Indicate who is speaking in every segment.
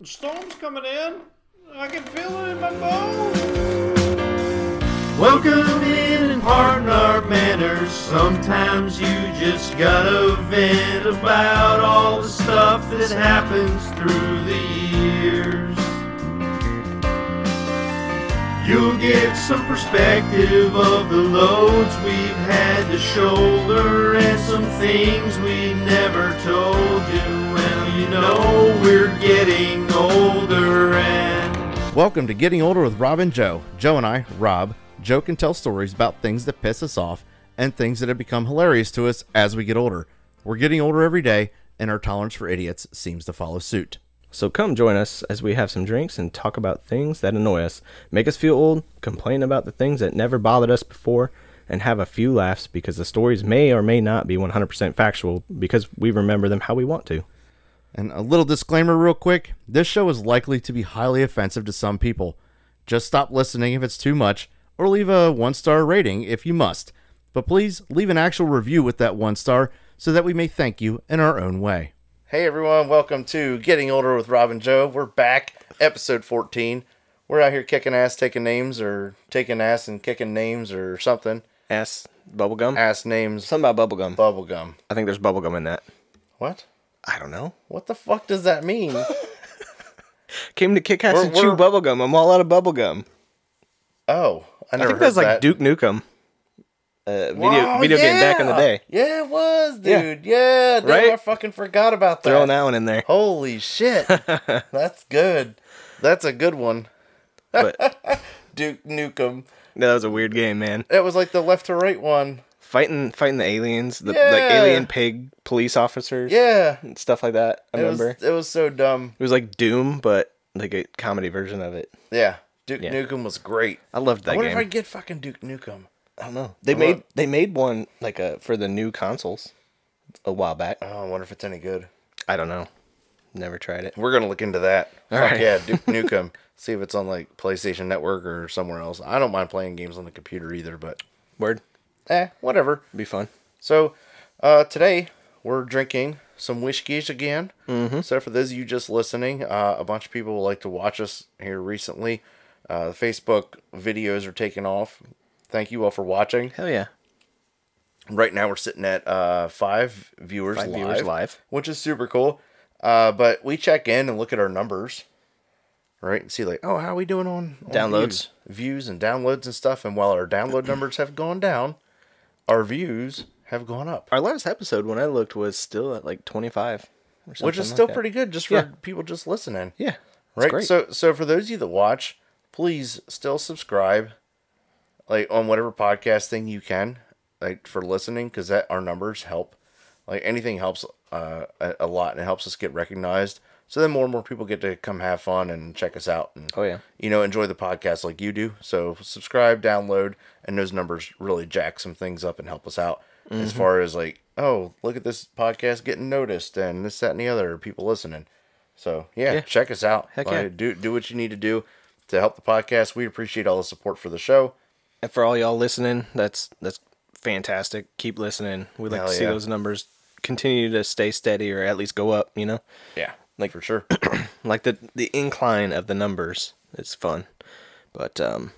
Speaker 1: The storm's coming in. I can feel it in my bones.
Speaker 2: Welcome in and pardon our manners. Sometimes you just gotta vent about all the stuff that happens through the years. You'll get some perspective of the loads we've had to shoulder and some things we never told you. Well, you know we're getting older and
Speaker 3: Welcome to Getting Older with Rob and Joe. Joe and I, Rob, joke and tell stories about things that piss us off and things that have become hilarious to us as we get older. We're getting older every day, and our tolerance for idiots seems to follow suit.
Speaker 4: So come join us as we have some drinks and talk about things that annoy us, make us feel old, complain about the things that never bothered us before, and have a few laughs because the stories may or may not be 100% factual because we remember them how we want to.
Speaker 3: And a little disclaimer, real quick this show is likely to be highly offensive to some people. Just stop listening if it's too much, or leave a one star rating if you must. But please leave an actual review with that one star so that we may thank you in our own way. Hey everyone, welcome to Getting Older with Rob and Joe. We're back, episode 14. We're out here kicking ass, taking names, or taking ass and kicking names, or something.
Speaker 4: Ass bubblegum?
Speaker 3: Ass names,
Speaker 4: Something about bubblegum.
Speaker 3: bubblegum.
Speaker 4: I think there's bubblegum in that.
Speaker 3: What?
Speaker 4: I don't know.
Speaker 3: What the fuck does that mean?
Speaker 4: Came to kick ass
Speaker 3: We're-
Speaker 4: and chew
Speaker 3: we're-
Speaker 4: bubblegum. I'm all out of bubblegum.
Speaker 3: Oh, I
Speaker 4: I
Speaker 3: never
Speaker 4: think that's
Speaker 3: heard
Speaker 4: like
Speaker 3: that.
Speaker 4: Duke Nukem. Uh, video
Speaker 3: Oh,
Speaker 4: video game back in the
Speaker 3: yeah.
Speaker 4: day.
Speaker 3: Yeah, it was,
Speaker 4: Yeah.
Speaker 3: dude. Yeah, damn,
Speaker 4: Right?
Speaker 3: I fucking forgot about that.
Speaker 4: Throwing that one in there.
Speaker 3: Holy shit. That's good. That's a good one.
Speaker 4: But
Speaker 3: Duke Nukem.
Speaker 4: no, that was a weird game, man.
Speaker 3: That was like the left to right one.
Speaker 4: fighting fighting the aliens, the like
Speaker 3: Yeah.
Speaker 4: alien pig police officers,
Speaker 3: Yeah.
Speaker 4: and stuff like that. I
Speaker 3: It was,
Speaker 4: remember
Speaker 3: it was so dumb.
Speaker 4: it was like Doom, but like a comedy version of it.
Speaker 3: Yeah. Duke
Speaker 4: Yeah.
Speaker 3: Nukem was great.
Speaker 4: I loved that
Speaker 3: I wonder
Speaker 4: game.
Speaker 3: if I'd get fucking Duke Nukem.
Speaker 4: I don't know. They
Speaker 3: I
Speaker 4: made
Speaker 3: love-
Speaker 4: they made one like a for the new consoles a while back.
Speaker 3: Oh, I wonder if it's any good.
Speaker 4: I don't know. Never tried it.
Speaker 3: We're gonna look into that.
Speaker 4: All
Speaker 3: Fuck
Speaker 4: right.
Speaker 3: yeah, Duke Nukem. See if it's on like PlayStation Network or somewhere else. I don't mind playing games on the computer either, but
Speaker 4: Word,
Speaker 3: eh, whatever.
Speaker 4: be fun.
Speaker 3: So uh, today we're drinking some whiskeys again. Mm-hmm. So for those of you just listening, uh, a bunch of people like to watch us here recently. Uh, the Facebook videos are taking off. Thank you all for watching.
Speaker 4: Hell yeah.
Speaker 3: Right now we're sitting at uh, five viewers
Speaker 4: Five
Speaker 3: live,
Speaker 4: viewers live.
Speaker 3: which is super cool. Uh, but we check in and look at our numbers, right, and see like, oh, how are we doing on, on
Speaker 4: Downloads.
Speaker 3: views, views, and downloads and stuff. And while our download numbers have gone down, our views have gone up.
Speaker 4: Our last episode when I looked was still at like twenty five,
Speaker 3: which is still pretty good just for
Speaker 4: Yeah.
Speaker 3: people just listening
Speaker 4: Yeah, it's
Speaker 3: right
Speaker 4: Great.
Speaker 3: so so for those of you that watch please still subscribe like on whatever podcast thing you can like for listening because that our numbers help like anything helps uh, a, a lot and it helps us get recognized so then more and more people get to come have fun and check us out and
Speaker 4: Oh, yeah.
Speaker 3: you know enjoy the podcast like you do so subscribe download and those numbers really jack some things up and help us out as
Speaker 4: Mm-hmm.
Speaker 3: far as like oh look at this podcast getting noticed and this that and the other people listening so yeah,
Speaker 4: Yeah.
Speaker 3: check us out
Speaker 4: Heck
Speaker 3: Like,
Speaker 4: yeah.
Speaker 3: do do what you need to do to help the podcast we appreciate all the support for the show
Speaker 4: And for all y'all listening, that's that's fantastic. Keep listening. We like
Speaker 3: Hell
Speaker 4: to see
Speaker 3: yeah.
Speaker 4: those numbers continue to stay steady or at least go up, you know?
Speaker 3: yeah
Speaker 4: Like-
Speaker 3: for sure
Speaker 4: Like the the incline of the numbers is fun. But um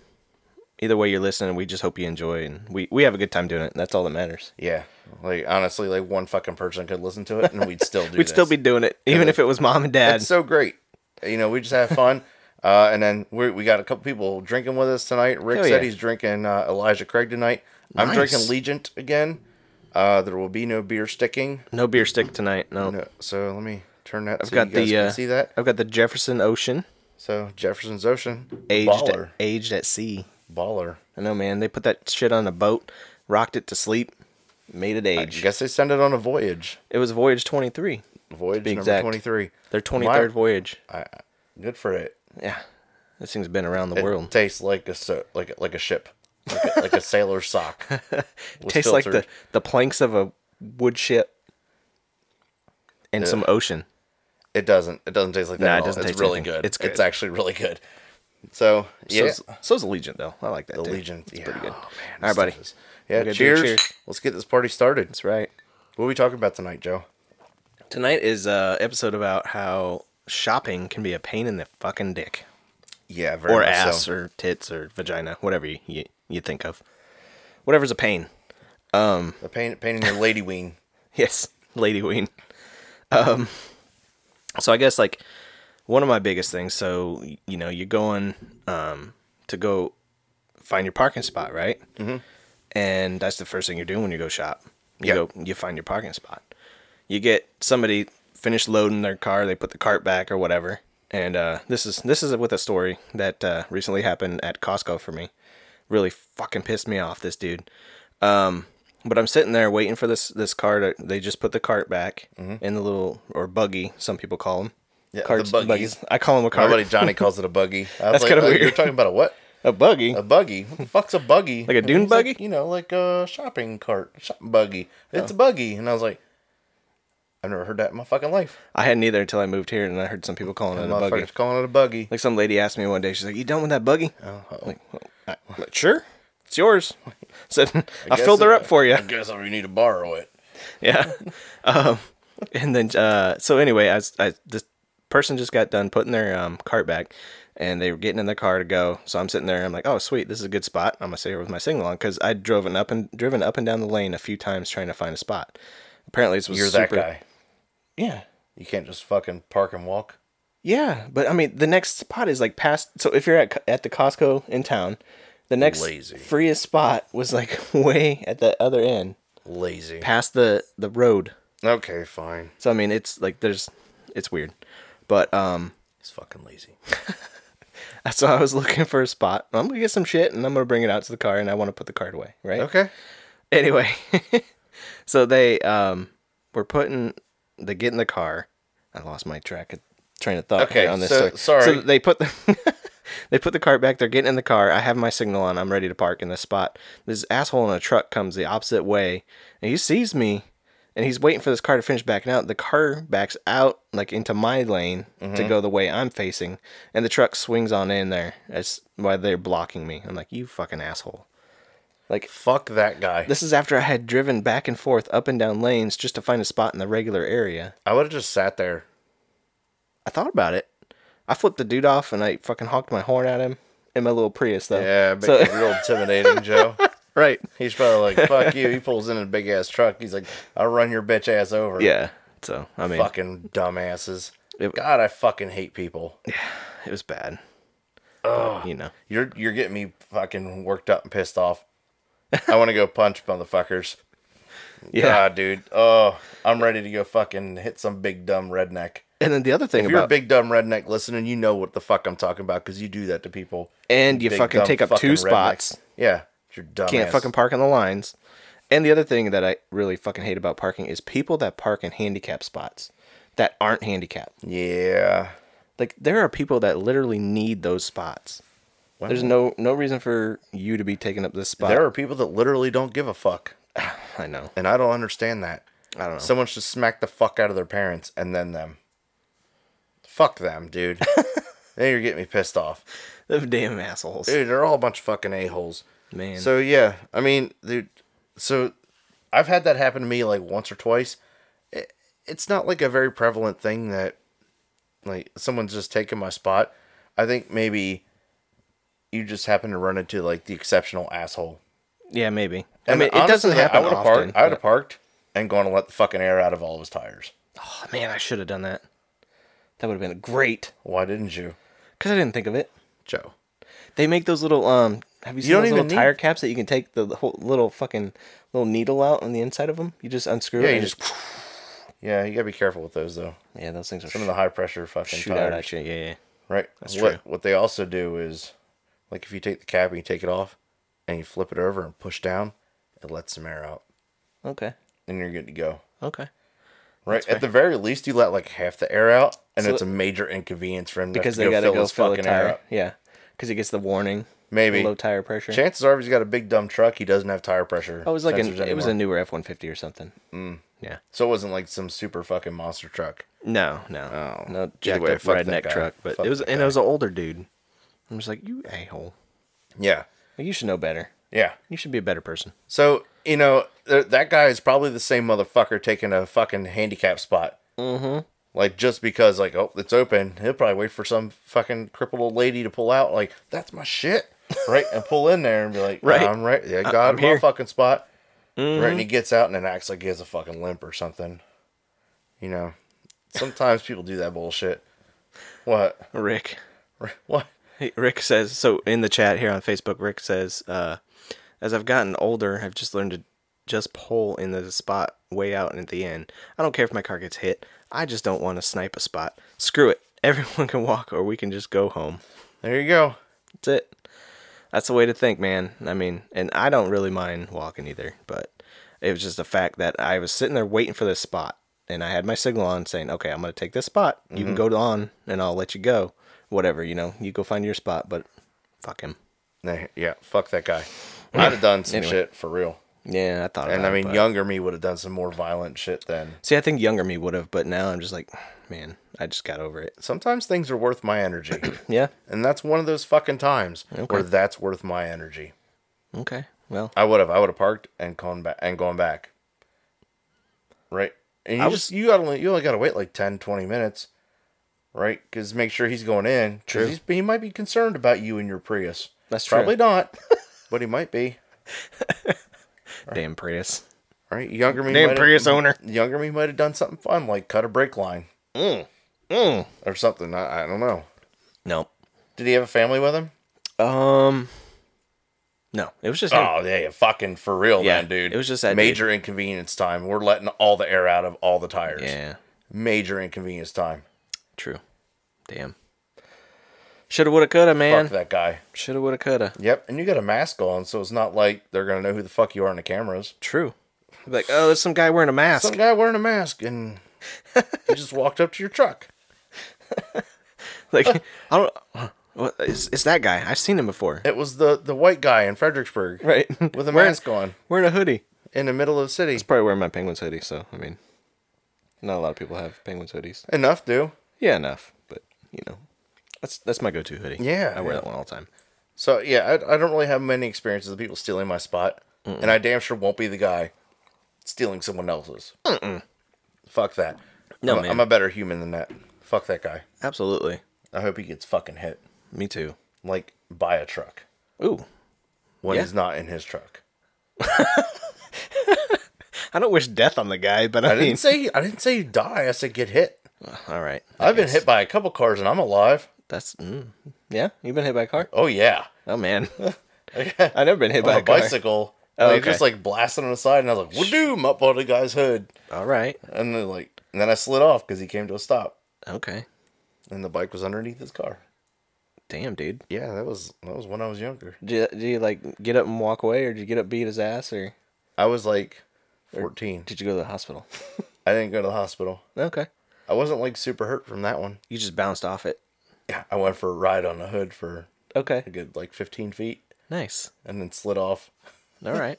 Speaker 4: either way you're listening, we just hope you enjoy and we, we have a good time doing it. and That's all that matters.
Speaker 3: yeah like honestly like one fucking person could listen to it and we'd still do
Speaker 4: We'd still
Speaker 3: this.
Speaker 4: be doing it, even if it was mom and dad.
Speaker 3: it's so great. You know, we just have fun. Uh, and then we we got a couple people drinking with us tonight. Rick
Speaker 4: Hell
Speaker 3: said
Speaker 4: yeah.
Speaker 3: he's drinking uh, Elijah Craig tonight. I'm
Speaker 4: Nice.
Speaker 3: drinking Legent again. Uh, there will be no beer sticking.
Speaker 4: no beer stick tonight, no.
Speaker 3: No, so let me turn that.
Speaker 4: I've
Speaker 3: so
Speaker 4: got
Speaker 3: you guys
Speaker 4: the
Speaker 3: can
Speaker 4: uh,
Speaker 3: see that.
Speaker 4: I've got the Jefferson Ocean
Speaker 3: So Jefferson's Ocean
Speaker 4: aged
Speaker 3: baller,
Speaker 4: at, aged at sea.
Speaker 3: baller.
Speaker 4: I know man, they put that shit on a boat, rocked it to sleep, made it
Speaker 3: I
Speaker 4: age.
Speaker 3: guess they send it on a voyage.
Speaker 4: It was Voyage 23.
Speaker 3: Voyage
Speaker 4: be
Speaker 3: number
Speaker 4: exact.
Speaker 3: twenty three.
Speaker 4: Their 23rd voyage.
Speaker 3: Good for it.
Speaker 4: Yeah. This thing's been around the
Speaker 3: It
Speaker 4: world.
Speaker 3: tastes like a so, like like a ship, like a, like a sailor's sock. was
Speaker 4: Tastes like
Speaker 3: filtered.
Speaker 4: the, the planks of a wood ship and some ocean.
Speaker 3: It doesn't. It doesn't taste like that.
Speaker 4: Nah, it
Speaker 3: at all.
Speaker 4: doesn't
Speaker 3: It's
Speaker 4: taste
Speaker 3: really
Speaker 4: anything.
Speaker 3: good.
Speaker 4: It's good.
Speaker 3: actually really good. So yeah,
Speaker 4: So's, so's Allegiant, though. I like that. dude.
Speaker 3: Allegiant. Yeah.
Speaker 4: pretty good.
Speaker 3: Oh, man,
Speaker 4: All right,
Speaker 3: this
Speaker 4: buddy.
Speaker 3: stuff is- Yeah.
Speaker 4: Okay, dude,
Speaker 3: Cheers.
Speaker 4: cheers.
Speaker 3: Let's get this party started.
Speaker 4: That's right.
Speaker 3: What are we talking about tonight, Joe?
Speaker 4: Tonight is a episode uh, about how shopping can be a pain in the fucking dick
Speaker 3: Yeah, very
Speaker 4: or
Speaker 3: much
Speaker 4: ass
Speaker 3: so.
Speaker 4: or tits or vagina, whatever you, you you think of. Whatever's a pain.
Speaker 3: The pain, pain in your lady wing.
Speaker 4: Yes, Lady Ween. Um, so I guess like one of my biggest things. So y- you know, you're going um, to go find your parking spot, right? Mm-hmm. And that's the first thing you're doing when you go shop. You
Speaker 3: Yeah.
Speaker 4: go, you find your parking spot. You get somebody finished loading their car. They put the cart back or whatever. And uh, this is this is with a story that uh, recently happened at Costco for me. Really fucking pissed me off. This dude. Um, but I'm sitting there waiting for this this car to. They just put the cart back in the little or buggy. Some people call them.
Speaker 3: Mm-hmm. Yeah, the
Speaker 4: Carts,
Speaker 3: buggies.
Speaker 4: I call them a
Speaker 3: My
Speaker 4: cart.
Speaker 3: buddy Johnny calls it a buggy. I was
Speaker 4: That's
Speaker 3: like,
Speaker 4: kinda
Speaker 3: "Oh, You're
Speaker 4: weird."
Speaker 3: talking about a what?
Speaker 4: a buggy.
Speaker 3: A buggy? What the fuck's a buggy?
Speaker 4: Like a
Speaker 3: And
Speaker 4: dune
Speaker 3: he's like,
Speaker 4: buggy? Oh.
Speaker 3: you know, like a shopping cart, shop buggy. It's a buggy, and I was like, I've never heard that in my fucking life.
Speaker 4: I hadn't either until I moved here, and I heard some people calling it a buggy.
Speaker 3: Motherfuckers calling it a buggy.
Speaker 4: Like some lady asked me one day, she's like, "You done with that buggy?"
Speaker 3: Oh.
Speaker 4: Like, well, I- I'm like, sure, it's yours. Said I,
Speaker 3: guess
Speaker 4: filled her
Speaker 3: it-
Speaker 4: up for you.
Speaker 3: I guess I need to borrow it.
Speaker 4: yeah. Um, and then uh, so anyway, I, was- I this person just got done putting their um, cart back, and they were getting in the car to go. So I'm sitting there. I'm like, oh sweet, this is a good spot. I'm gonna sit here with my sing along because I drove an up and driven up and down the lane a few times trying to find a spot. Apparently, this was
Speaker 3: You're
Speaker 4: super,
Speaker 3: that guy.
Speaker 4: Yeah.
Speaker 3: You can't just fucking park and walk.
Speaker 4: Yeah, but I mean, the next spot is like past. So if you're at at the Costco in town, the next
Speaker 3: Lazy.
Speaker 4: freest spot was like way at the other end,
Speaker 3: Lazy.
Speaker 4: past the the road.
Speaker 3: Okay, fine.
Speaker 4: So I mean, it's like there's, it's weird, but um,
Speaker 3: He's fucking lazy.
Speaker 4: so I was looking for a spot. I'm gonna get some shit and I'm gonna bring it out to the car and I want to put the card away, right?
Speaker 3: Okay.
Speaker 4: anyway, so they um were putting they get in the car. I lost my track of train of thought
Speaker 3: Okay,
Speaker 4: here on this.
Speaker 3: so-
Speaker 4: story.
Speaker 3: sorry.
Speaker 4: So they put the they put the cart back. They're getting in the car. I have my signal on. I'm ready to park in this spot. This asshole in a truck comes the opposite way, and he sees me, and he's waiting for this car to finish backing out. The car backs out like into my lane
Speaker 3: Mm-hmm.
Speaker 4: to go the way I'm facing, and the truck swings on in there. That's why they're blocking me. I'm like, you fucking asshole. Like
Speaker 3: Fuck that guy.
Speaker 4: this is after I had driven back and forth up and down lanes just to find a spot in the regular area.
Speaker 3: I would have just sat there.
Speaker 4: I thought about it. I flipped the dude off and I fucking honked my horn at him in my little Prius though.
Speaker 3: Yeah, but
Speaker 4: So-
Speaker 3: you're real intimidating, Joe.
Speaker 4: right.
Speaker 3: He's probably like, fuck you. He pulls in a big ass truck. He's like, I'll run your bitch ass over.
Speaker 4: Yeah. So I mean,
Speaker 3: Fucking dumbasses.
Speaker 4: It-
Speaker 3: God, I fucking hate people.
Speaker 4: it was bad. You know.
Speaker 3: You're you're getting me fucking worked up and pissed off. I want to go punch motherfuckers.
Speaker 4: Yeah.
Speaker 3: God, dude. Oh, I'm ready to go fucking hit some big dumb redneck.
Speaker 4: And then the other thing
Speaker 3: If you're a
Speaker 4: about
Speaker 3: big dumb redneck listening, you know what the fuck I'm talking about because you do that to people.
Speaker 4: and you
Speaker 3: Big,
Speaker 4: fucking
Speaker 3: dumb
Speaker 4: take up
Speaker 3: fucking
Speaker 4: two
Speaker 3: redneck.
Speaker 4: spots.
Speaker 3: Yeah, you're dumb.
Speaker 4: Can't fucking park in the lines. And the other thing that I really fucking hate about parking is people that park in handicap spots that aren't handicapped.
Speaker 3: Yeah.
Speaker 4: Like there are people that literally need those spots.
Speaker 3: Well,
Speaker 4: There's no no reason for you to be taking up this spot.
Speaker 3: There are people that literally don't give a fuck,
Speaker 4: I know.
Speaker 3: and I don't understand that.
Speaker 4: I don't know.
Speaker 3: Someone should smack the fuck out of their parents and then them. Fuck them, dude. now you're getting me pissed off.
Speaker 4: Those damn assholes.
Speaker 3: Dude, they're all a bunch of fucking a-holes.
Speaker 4: Man.
Speaker 3: So yeah, I mean, dude, so I've had that happen to me like once or twice. It, it's not like a very prevalent thing that like someone's just taking my spot. I think maybe you just happen to run into like the exceptional asshole.
Speaker 4: yeah, maybe. I
Speaker 3: And
Speaker 4: mean, it
Speaker 3: honestly,
Speaker 4: doesn't
Speaker 3: like,
Speaker 4: happen
Speaker 3: I would have
Speaker 4: often.
Speaker 3: parked. I would have
Speaker 4: but-
Speaker 3: parked and gone and let the fucking air out of all of his tires.
Speaker 4: oh, man, I should have done that. That would have been great.
Speaker 3: Why didn't you,
Speaker 4: Cause I didn't think of it.
Speaker 3: Joe?
Speaker 4: They make those little um. Have you seen
Speaker 3: don't
Speaker 4: those little
Speaker 3: even need-
Speaker 4: tire caps that you can take the whole little fucking little needle out on the inside of them? You just unscrew
Speaker 3: Yeah,
Speaker 4: it.
Speaker 3: you
Speaker 4: and
Speaker 3: just. Yeah, you gotta be careful with those though.
Speaker 4: yeah, those things are
Speaker 3: Some of the high pressure fucking
Speaker 4: shoot out
Speaker 3: tires.
Speaker 4: at you. Yeah, yeah.
Speaker 3: Right.
Speaker 4: That's
Speaker 3: what
Speaker 4: true.
Speaker 3: what they also do is like if you take the cap and you take it off and you flip it over and push down, it lets some air out.
Speaker 4: Okay.
Speaker 3: Then you're good to go.
Speaker 4: Okay.
Speaker 3: Right. At the very least you let like half the air out and
Speaker 4: So-
Speaker 3: it's a major inconvenience for him to
Speaker 4: Because
Speaker 3: have to
Speaker 4: they gotta
Speaker 3: fill
Speaker 4: go
Speaker 3: his
Speaker 4: fill a
Speaker 3: fucking air
Speaker 4: tire.
Speaker 3: up.
Speaker 4: Yeah. Because it gets the warning.
Speaker 3: Maybe.
Speaker 4: Low tire pressure.
Speaker 3: Chances are if he's got a big dumb truck, he doesn't have tire pressure.
Speaker 4: oh, it was like an,
Speaker 3: sensors
Speaker 4: it was a
Speaker 3: anymore.
Speaker 4: newer F one fifty or something. Mm. Yeah.
Speaker 3: so it wasn't like some super fucking monster truck.
Speaker 4: No, no,
Speaker 3: Oh.
Speaker 4: no
Speaker 3: Either
Speaker 4: jacked
Speaker 3: way,
Speaker 4: up
Speaker 3: fuck that
Speaker 4: redneck
Speaker 3: guy.
Speaker 4: truck. But
Speaker 3: Fuck
Speaker 4: it was,
Speaker 3: that
Speaker 4: and it was an older dude. I'm just like, you a hole.
Speaker 3: Yeah.
Speaker 4: Like, you should know better.
Speaker 3: Yeah.
Speaker 4: You should be a better person.
Speaker 3: So, you know, th- that guy is probably the same motherfucker taking a fucking handicap spot. Mm-hmm. Like just because like oh it's open, he'll probably wait for some fucking crippled old lady to pull out. Like that's my shit, right? And pull in there and be like,
Speaker 4: Right.
Speaker 3: right, I'm right. Yeah, I got
Speaker 4: I'm
Speaker 3: my
Speaker 4: here." Mm-hmm.
Speaker 3: fucking spot. Right, and he gets out and then acts like he has a fucking limp or something. You know, sometimes people do that bullshit. What?
Speaker 4: Rick.
Speaker 3: What?
Speaker 4: Hey, Rick says so in the chat here on Facebook. Rick says, uh, "As I've gotten older, I've just learned to just pull in the spot way out and at the end. I don't care if my car gets hit. I just don't want to snipe a spot. Screw it. Everyone can walk, or we can just go home.
Speaker 3: There you go.
Speaker 4: That's it. That's the way to think, man. I mean, and I don't really mind walking either, but it was just the fact that I was sitting there waiting for this spot, and I had my signal on saying, okay, I'm going to take this spot. You can go on, and I'll let you go. Whatever, you know, you go find your spot, but fuck him.
Speaker 3: Nah, Yeah, fuck that guy. I'd have done some
Speaker 4: Anyway.
Speaker 3: shit for real.
Speaker 4: Yeah, I thought
Speaker 3: And
Speaker 4: about
Speaker 3: I
Speaker 4: it,
Speaker 3: mean,
Speaker 4: Uh, but-
Speaker 3: younger me would have done some more violent shit then.
Speaker 4: See, I think younger me would have, but now I'm just like, man, I just got over it.
Speaker 3: Sometimes things are worth my energy.
Speaker 4: Yeah.
Speaker 3: and that's one of those fucking times where that's worth my energy.
Speaker 4: Okay. Well,
Speaker 3: I would have. I would have parked and gone back and gone back. Right. And you
Speaker 4: I was-
Speaker 3: just you got to you only got to wait like 10, 20 minutes, right? Because make sure he's going in. True. He's, he might be concerned about you and your Prius.
Speaker 4: That's true.
Speaker 3: probably not, but he might be.
Speaker 4: damn Prius.
Speaker 3: Right. Younger me. might
Speaker 4: Damn
Speaker 3: have-
Speaker 4: Prius owner.
Speaker 3: Younger me might have done something fun like cut a brake line
Speaker 4: Mm.
Speaker 3: or something. I, I don't know.
Speaker 4: No.
Speaker 3: Did he have a family with him?
Speaker 4: Um. No, it was just him.
Speaker 3: Oh yeah, yeah, fucking for real,
Speaker 4: Yeah,
Speaker 3: man, dude.
Speaker 4: it was just that
Speaker 3: major inconvenience time. We're letting all the air out of all the tires.
Speaker 4: Yeah.
Speaker 3: Major inconvenience time.
Speaker 4: True. Damn. Shoulda, woulda, coulda, man.
Speaker 3: Fuck that guy.
Speaker 4: Shoulda, woulda, coulda.
Speaker 3: Yep, and you got a mask on, so it's not like they're gonna know who the fuck you are in the cameras.
Speaker 4: True. Like, oh, there's some guy wearing a mask.
Speaker 3: Some guy wearing a mask and he just walked up to your truck.
Speaker 4: Like, I don't. What is? It's that guy. I've seen him before.
Speaker 3: It was the the white guy in Fredericksburg
Speaker 4: Right.
Speaker 3: with a
Speaker 4: Wearing-
Speaker 3: mask on
Speaker 4: Wearing a hoodie.
Speaker 3: in the middle of the city.
Speaker 4: It's probably wearing my penguins hoodie. So I mean, not a lot of people have penguins hoodies.
Speaker 3: Enough, do.
Speaker 4: Yeah, enough. But you know, that's that's my go-to hoodie.
Speaker 3: Yeah,
Speaker 4: I wear
Speaker 3: yeah.
Speaker 4: that one all the time.
Speaker 3: So yeah, I, I don't really have many experiences of people stealing my spot, and I damn sure won't be the guy stealing someone else's. Fuck that.
Speaker 4: No,
Speaker 3: I'm, a-
Speaker 4: man.
Speaker 3: I'm a better human than that. Fuck that guy.
Speaker 4: Absolutely.
Speaker 3: I hope he gets fucking hit,
Speaker 4: Me too.
Speaker 3: like by a truck
Speaker 4: Ooh,
Speaker 3: when
Speaker 4: Yeah.
Speaker 3: he's not in his truck.
Speaker 4: I don't wish death on the guy, but I,
Speaker 3: I
Speaker 4: mean,
Speaker 3: didn't say I didn't say you die. I said get hit.
Speaker 4: all right. I
Speaker 3: I've been
Speaker 4: guess.
Speaker 3: hit by a couple cars and I'm alive.
Speaker 4: That's mm, yeah. You've been hit by a car?
Speaker 3: Oh yeah,
Speaker 4: Oh man,
Speaker 3: on
Speaker 4: I've never been hit by a,
Speaker 3: a
Speaker 4: car.
Speaker 3: bicycle.
Speaker 4: Oh,
Speaker 3: they
Speaker 4: okay.
Speaker 3: just like blasted on the side, and I was like, "What doom up on the guy's hood?"
Speaker 4: All right.
Speaker 3: And then like, and then I slid off because he came to a stop,
Speaker 4: Okay.
Speaker 3: and the bike was underneath his car.
Speaker 4: Damn, dude.
Speaker 3: Yeah, that was that was when I was younger.
Speaker 4: Did you, did you like get up and walk away, or did you get up, beat his ass, or
Speaker 3: I was like 14.
Speaker 4: did you go to the hospital?
Speaker 3: I didn't go to the hospital.
Speaker 4: okay.
Speaker 3: I wasn't like super hurt from that one.
Speaker 4: You just bounced off it.
Speaker 3: Yeah, I went for a ride on the hood for
Speaker 4: Okay.
Speaker 3: a good like 15 feet
Speaker 4: Nice.
Speaker 3: and then slid off.
Speaker 4: All right.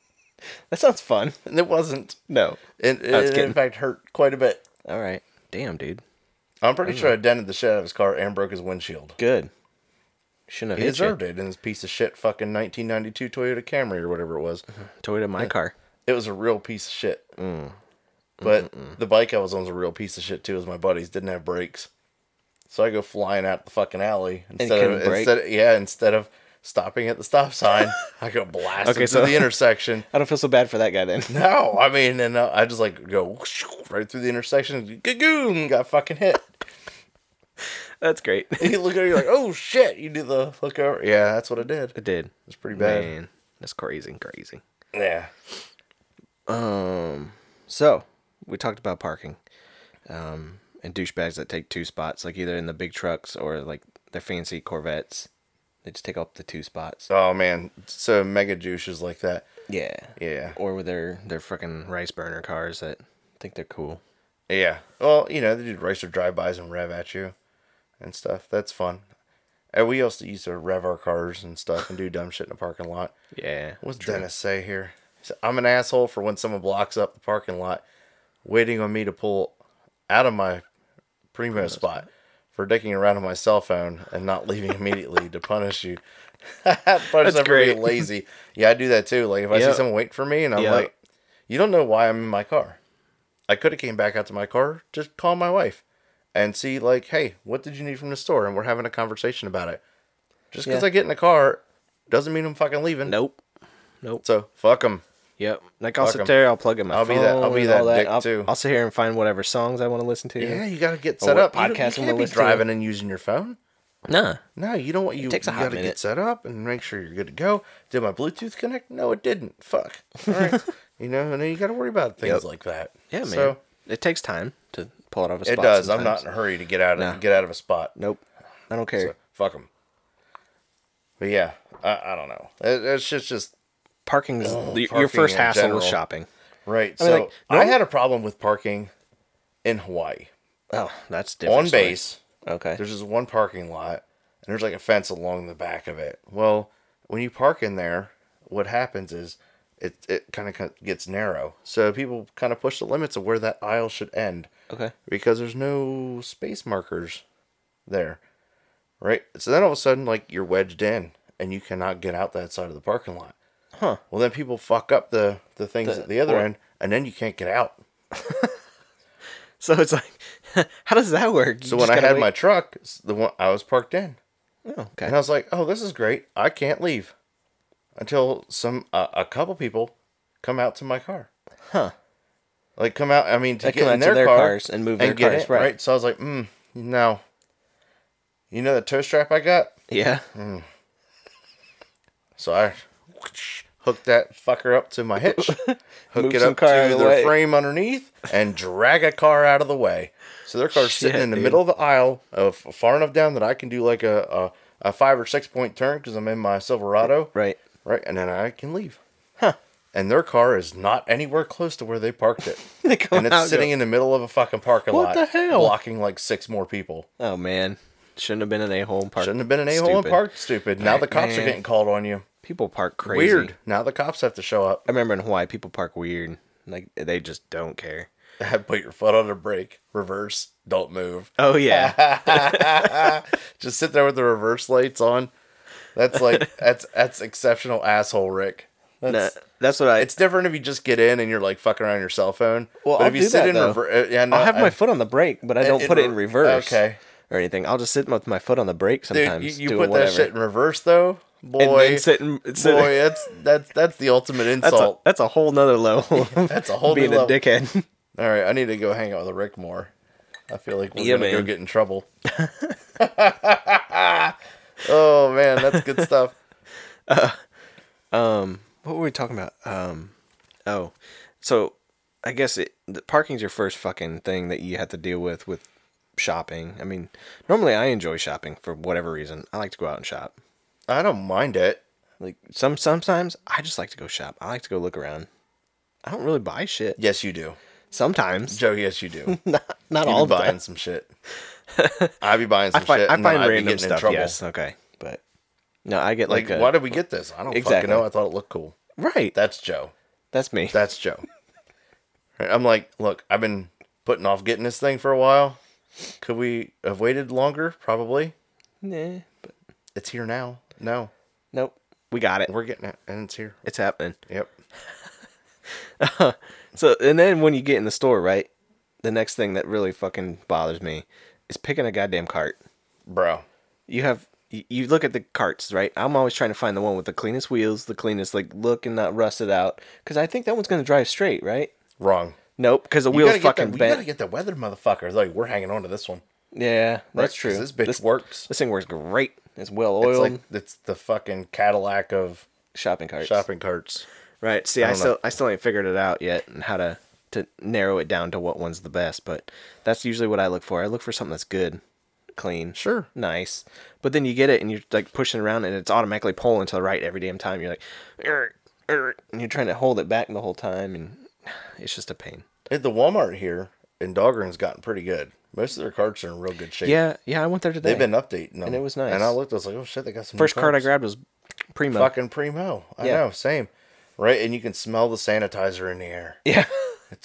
Speaker 4: that sounds fun.
Speaker 3: And it wasn't.
Speaker 4: No.
Speaker 3: It,
Speaker 4: I was
Speaker 3: it
Speaker 4: kidding.
Speaker 3: in fact hurt quite a bit.
Speaker 4: All right. Damn, dude.
Speaker 3: I'm pretty sure I dented the shit out of his car and broke his windshield.
Speaker 4: Good. Shouldn't have
Speaker 3: He
Speaker 4: hit you.
Speaker 3: deserved it in his piece of shit fucking 1992 Toyota Camry or whatever it was.
Speaker 4: Toyota my car.
Speaker 3: It was a real piece of shit. But the bike I was on was a real piece of shit too, as my buddies didn't have brakes. So I go flying out the fucking alley instead
Speaker 4: couldn't
Speaker 3: of
Speaker 4: brake?
Speaker 3: instead of, yeah instead of stopping at the stop sign, I go blast
Speaker 4: Okay,
Speaker 3: into
Speaker 4: so-
Speaker 3: the intersection.
Speaker 4: I don't feel so bad for that guy then.
Speaker 3: No, I mean, and uh, I just like go whoosh, right through the intersection, gagoon, got fucking hit.
Speaker 4: That's great.
Speaker 3: you look over, you're like, oh shit! You do the look over, yeah, that's what I did.
Speaker 4: It did.
Speaker 3: It's pretty bad.
Speaker 4: Man, that's crazy, crazy.
Speaker 3: Yeah,
Speaker 4: Um, so we talked about parking, um, and douchebags that take two spots, like either in the big trucks or like their fancy Corvettes. They just take up the two spots.
Speaker 3: Oh man, so Mega Juice is like that.
Speaker 4: Yeah.
Speaker 3: Yeah,
Speaker 4: Or with their their freaking rice burner cars that think they're cool.
Speaker 3: yeah. Well, you know they do racer drive-bys and rev at you and stuff. That's fun. And we also used to rev our cars and stuff and do dumb shit in the parking lot.
Speaker 4: Yeah.
Speaker 3: What's Dennis say here? He said, I'm an asshole for when someone blocks up the parking lot, waiting on me to pull out of my primo spot for dicking around on my cell phone and not leaving immediately to punish you. punish them for being
Speaker 4: great.
Speaker 3: lazy. Yeah, I do that too. Like if I
Speaker 4: Yep.
Speaker 3: see someone wait for me and I'm
Speaker 4: Yep.
Speaker 3: like, you don't know why I'm in my car. I could have came back out to my car, just call my wife and see like, hey, what did you need from the store? And we're having a conversation about it. Just because
Speaker 4: Yeah.
Speaker 3: I get in the car doesn't mean I'm fucking leaving.
Speaker 4: Nope. Nope.
Speaker 3: So fuck them.
Speaker 4: Yep. Like I'll
Speaker 3: Fuck
Speaker 4: sit
Speaker 3: 'em.
Speaker 4: there. I'll plug in my
Speaker 3: I'll be
Speaker 4: phone.
Speaker 3: that- I'll be
Speaker 4: and
Speaker 3: that
Speaker 4: all
Speaker 3: dick,
Speaker 4: I'll,
Speaker 3: too.
Speaker 4: I'll sit here and find whatever songs I want to listen to.
Speaker 3: Yeah, you gotta get
Speaker 4: Or
Speaker 3: set
Speaker 4: what
Speaker 3: up. You don't-
Speaker 4: podcast
Speaker 3: you
Speaker 4: I'm gonna
Speaker 3: can't be
Speaker 4: listen to.
Speaker 3: driving and using your phone.
Speaker 4: Nah.
Speaker 3: No, you don't want you.
Speaker 4: takes a
Speaker 3: you
Speaker 4: hot
Speaker 3: gotta
Speaker 4: minute.
Speaker 3: get set up and make sure you're good to go. Did my Bluetooth connect? No, it didn't. Fuck. All right. you know, and then you gotta worry about things
Speaker 4: Yep.
Speaker 3: like that.
Speaker 4: Yeah, man.
Speaker 3: So
Speaker 4: it takes time to pull it off a
Speaker 3: it
Speaker 4: spot.
Speaker 3: does. I'm
Speaker 4: sometimes.
Speaker 3: not in a hurry to get out of
Speaker 4: Nah.
Speaker 3: get out of a spot.
Speaker 4: Nope. I don't care.
Speaker 3: So, fuck them. But yeah, I, I don't know. It, it's just just
Speaker 4: Parking is your-
Speaker 3: Oh, parking
Speaker 4: your first
Speaker 3: in
Speaker 4: hassle
Speaker 3: general.
Speaker 4: was shopping.
Speaker 3: right.
Speaker 4: I mean,
Speaker 3: so
Speaker 4: like,
Speaker 3: I
Speaker 4: norm-
Speaker 3: had a problem with parking in Hawaii
Speaker 4: Oh, that's different.
Speaker 3: on
Speaker 4: story.
Speaker 3: base.
Speaker 4: Okay.
Speaker 3: There's just one parking lot, and there's like a fence along the back of it. Well, when you park in there, what happens is it it kind of gets narrow, so people kind of push the limits of where that aisle should end
Speaker 4: okay.
Speaker 3: because there's no space markers there, right? So then all of a sudden, like you're wedged in and you cannot get out that side of the parking lot.
Speaker 4: Huh.
Speaker 3: Well, then people fuck up the the things at the other
Speaker 4: or-
Speaker 3: end, and then you can't get out.
Speaker 4: So it's like, how does that work? You
Speaker 3: So when
Speaker 4: just
Speaker 3: I
Speaker 4: gotta
Speaker 3: had
Speaker 4: wait-
Speaker 3: my truck, s- the one I was parked in,
Speaker 4: Oh, okay.
Speaker 3: And I was like, "Oh, this is great. I can't leave until some uh, a couple people come out to my car."
Speaker 4: Huh.
Speaker 3: Like come out. I mean, to
Speaker 4: They
Speaker 3: get
Speaker 4: come
Speaker 3: in
Speaker 4: out to
Speaker 3: their,
Speaker 4: their
Speaker 3: car
Speaker 4: cars and move their cars,
Speaker 3: in,
Speaker 4: right.
Speaker 3: So I was like, "Hmm, no." You know the tow strap I got,
Speaker 4: Yeah.
Speaker 3: Mm. so I hooked that fucker up to my hitch, hook
Speaker 4: Move
Speaker 3: it
Speaker 4: some
Speaker 3: up
Speaker 4: car out
Speaker 3: to
Speaker 4: of the
Speaker 3: their
Speaker 4: way.
Speaker 3: frame underneath, and drag a car out of the way. So their car's sitting
Speaker 4: Shit,
Speaker 3: in the
Speaker 4: dude.
Speaker 3: middle of the aisle, of far enough down that I can do like a a, a five or six point turn because I'm in my Silverado.
Speaker 4: Right.
Speaker 3: Right, and then I can leave. Huh. And their car is not anywhere close to where they parked it.
Speaker 4: They come
Speaker 3: and
Speaker 4: out
Speaker 3: it's
Speaker 4: and
Speaker 3: sitting
Speaker 4: go-
Speaker 3: in the middle of a fucking parking
Speaker 4: What
Speaker 3: lot.
Speaker 4: the hell?
Speaker 3: Blocking like six more people.
Speaker 4: Oh man, shouldn't have been an a-hole and park.
Speaker 3: Shouldn't have been an a hole and
Speaker 4: Stupid.
Speaker 3: parked, stupid. now
Speaker 4: Right,
Speaker 3: the cops
Speaker 4: man.
Speaker 3: are getting called on you.
Speaker 4: People park crazy.
Speaker 3: Weird. Now the cops have to show up.
Speaker 4: I remember in Hawaii, people park weird. Like they just don't care.
Speaker 3: Put your foot on the brake, reverse, don't move.
Speaker 4: Oh yeah.
Speaker 3: Just sit there with the reverse lights on. That's like that's that's exceptional asshole, Rick.
Speaker 4: Nah,
Speaker 3: That's
Speaker 4: that's what I.
Speaker 3: it's different if you just get in and you're like fucking around your cell phone.
Speaker 4: Well, I'll
Speaker 3: if you
Speaker 4: do that, though.
Speaker 3: reverse, uh, yeah, no,
Speaker 4: I'll have
Speaker 3: I-
Speaker 4: my foot on the brake, but I don't
Speaker 3: in
Speaker 4: put it in
Speaker 3: re-
Speaker 4: reverse.
Speaker 3: okay.
Speaker 4: Or anything. I'll just sit with my foot on the brake
Speaker 3: Dude,
Speaker 4: sometimes.
Speaker 3: you, you
Speaker 4: doing
Speaker 3: put
Speaker 4: whatever.
Speaker 3: that shit in reverse though, boy.
Speaker 4: and then sit in. sit-
Speaker 3: boy, that's that's that's the ultimate
Speaker 4: that's a,
Speaker 3: insult.
Speaker 4: that's a whole nother level.
Speaker 3: that's a whole new
Speaker 4: being a
Speaker 3: level.
Speaker 4: dickhead.
Speaker 3: All right, I need to go hang out with Rick more. I feel like we're
Speaker 4: Yeah,
Speaker 3: gonna go
Speaker 4: man.
Speaker 3: get in trouble. oh man, that's good stuff.
Speaker 4: what were we talking about? Um, oh, so I guess it the parking's your first fucking thing that you have to deal with with shopping. I mean, normally I enjoy shopping for whatever reason. I like to go out and shop.
Speaker 3: I don't mind it.
Speaker 4: Like some sometimes I just like to go shop. I like to go look around. I don't really buy shit.
Speaker 3: Yes, you do,
Speaker 4: Sometimes,
Speaker 3: Joe. Yes, you do.
Speaker 4: not not
Speaker 3: You
Speaker 4: all
Speaker 3: be
Speaker 4: the
Speaker 3: buying
Speaker 4: time.
Speaker 3: some shit. I be buying some
Speaker 4: I find
Speaker 3: shit.
Speaker 4: I
Speaker 3: and then
Speaker 4: find
Speaker 3: I be
Speaker 4: random
Speaker 3: getting in
Speaker 4: stuff.
Speaker 3: trouble.
Speaker 4: Yes, okay, but no, I get
Speaker 3: Like,
Speaker 4: like, a,
Speaker 3: why did we get this? I don't fucking
Speaker 4: Exactly.
Speaker 3: know. I thought it looked cool.
Speaker 4: right.
Speaker 3: That's Joe.
Speaker 4: that's me.
Speaker 3: That's Joe. Right, I'm like, look, I've been putting off getting this thing for a while. Could we have waited longer? Probably.
Speaker 4: nah, but
Speaker 3: It's here now. No,
Speaker 4: nope, we got it.
Speaker 3: we're getting it, and it's here.
Speaker 4: It's happening.
Speaker 3: Yep.
Speaker 4: So and then when you get in the store, right? The next thing that really fucking bothers me is picking a goddamn cart.
Speaker 3: Bro.
Speaker 4: You have you- you look at the carts, right? I'm always trying to find the one with the cleanest wheels, the cleanest like look and not rusted out, because I think that one's gonna drive straight, right?
Speaker 3: Wrong.
Speaker 4: Nope, because the
Speaker 3: You
Speaker 4: wheel's
Speaker 3: gotta, get
Speaker 4: fucking
Speaker 3: the, you
Speaker 4: bent.
Speaker 3: gotta get the weather motherfucker. Like, we're hanging on to this one.
Speaker 4: Yeah,
Speaker 3: right?
Speaker 4: that's
Speaker 3: 'Cause
Speaker 4: true.
Speaker 3: This bitch
Speaker 4: this,
Speaker 3: works.
Speaker 4: this thing works great. It's well
Speaker 3: It's
Speaker 4: oiled
Speaker 3: like it's the fucking Cadillac of
Speaker 4: shopping carts.
Speaker 3: shopping carts.
Speaker 4: Right. See, I,
Speaker 3: don't know.
Speaker 4: still I still ain't figured it out yet and how to to narrow it down to what one's the best, but that's usually what I look for. I look for something that's good, clean,
Speaker 3: Sure.
Speaker 4: nice. But then you get it and you're like pushing around and it's automatically pulling to the right every damn time. You're like, "Err, err," and you're trying to hold it back the whole time, and it's just a pain.
Speaker 3: At the Walmart here in Dahlgren's gotten pretty good. Most of their carts are in real good shape.
Speaker 4: Yeah, yeah. I went there today.
Speaker 3: They've been updating them.
Speaker 4: And it was nice.
Speaker 3: And I looked, I was like, oh shit, they got some new
Speaker 4: First card I
Speaker 3: carts.
Speaker 4: grabbed was Primo.
Speaker 3: fucking primo. I
Speaker 4: Yeah.
Speaker 3: know, same. Right, and you can smell the sanitizer in the air.
Speaker 4: Yeah,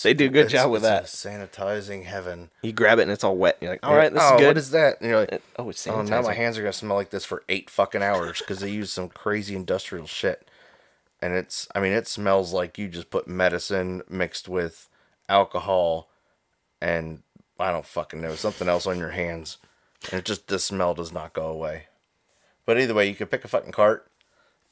Speaker 4: they do a good
Speaker 3: It's-
Speaker 4: job with that.
Speaker 3: it's a sanitizing heaven.
Speaker 4: You grab it and it's all wet. And you're like, all right, this
Speaker 3: oh,
Speaker 4: is good.
Speaker 3: What is that? And you're like,
Speaker 4: oh, it's
Speaker 3: oh, now my
Speaker 4: sanitizer.
Speaker 3: hands are gonna smell like this for eight fucking hours because they use some crazy industrial shit. And it's, I mean, it smells like you just put medicine mixed with alcohol and I don't fucking know something else on your hands, and it just the smell does not go away. But either way, you could pick a fucking cart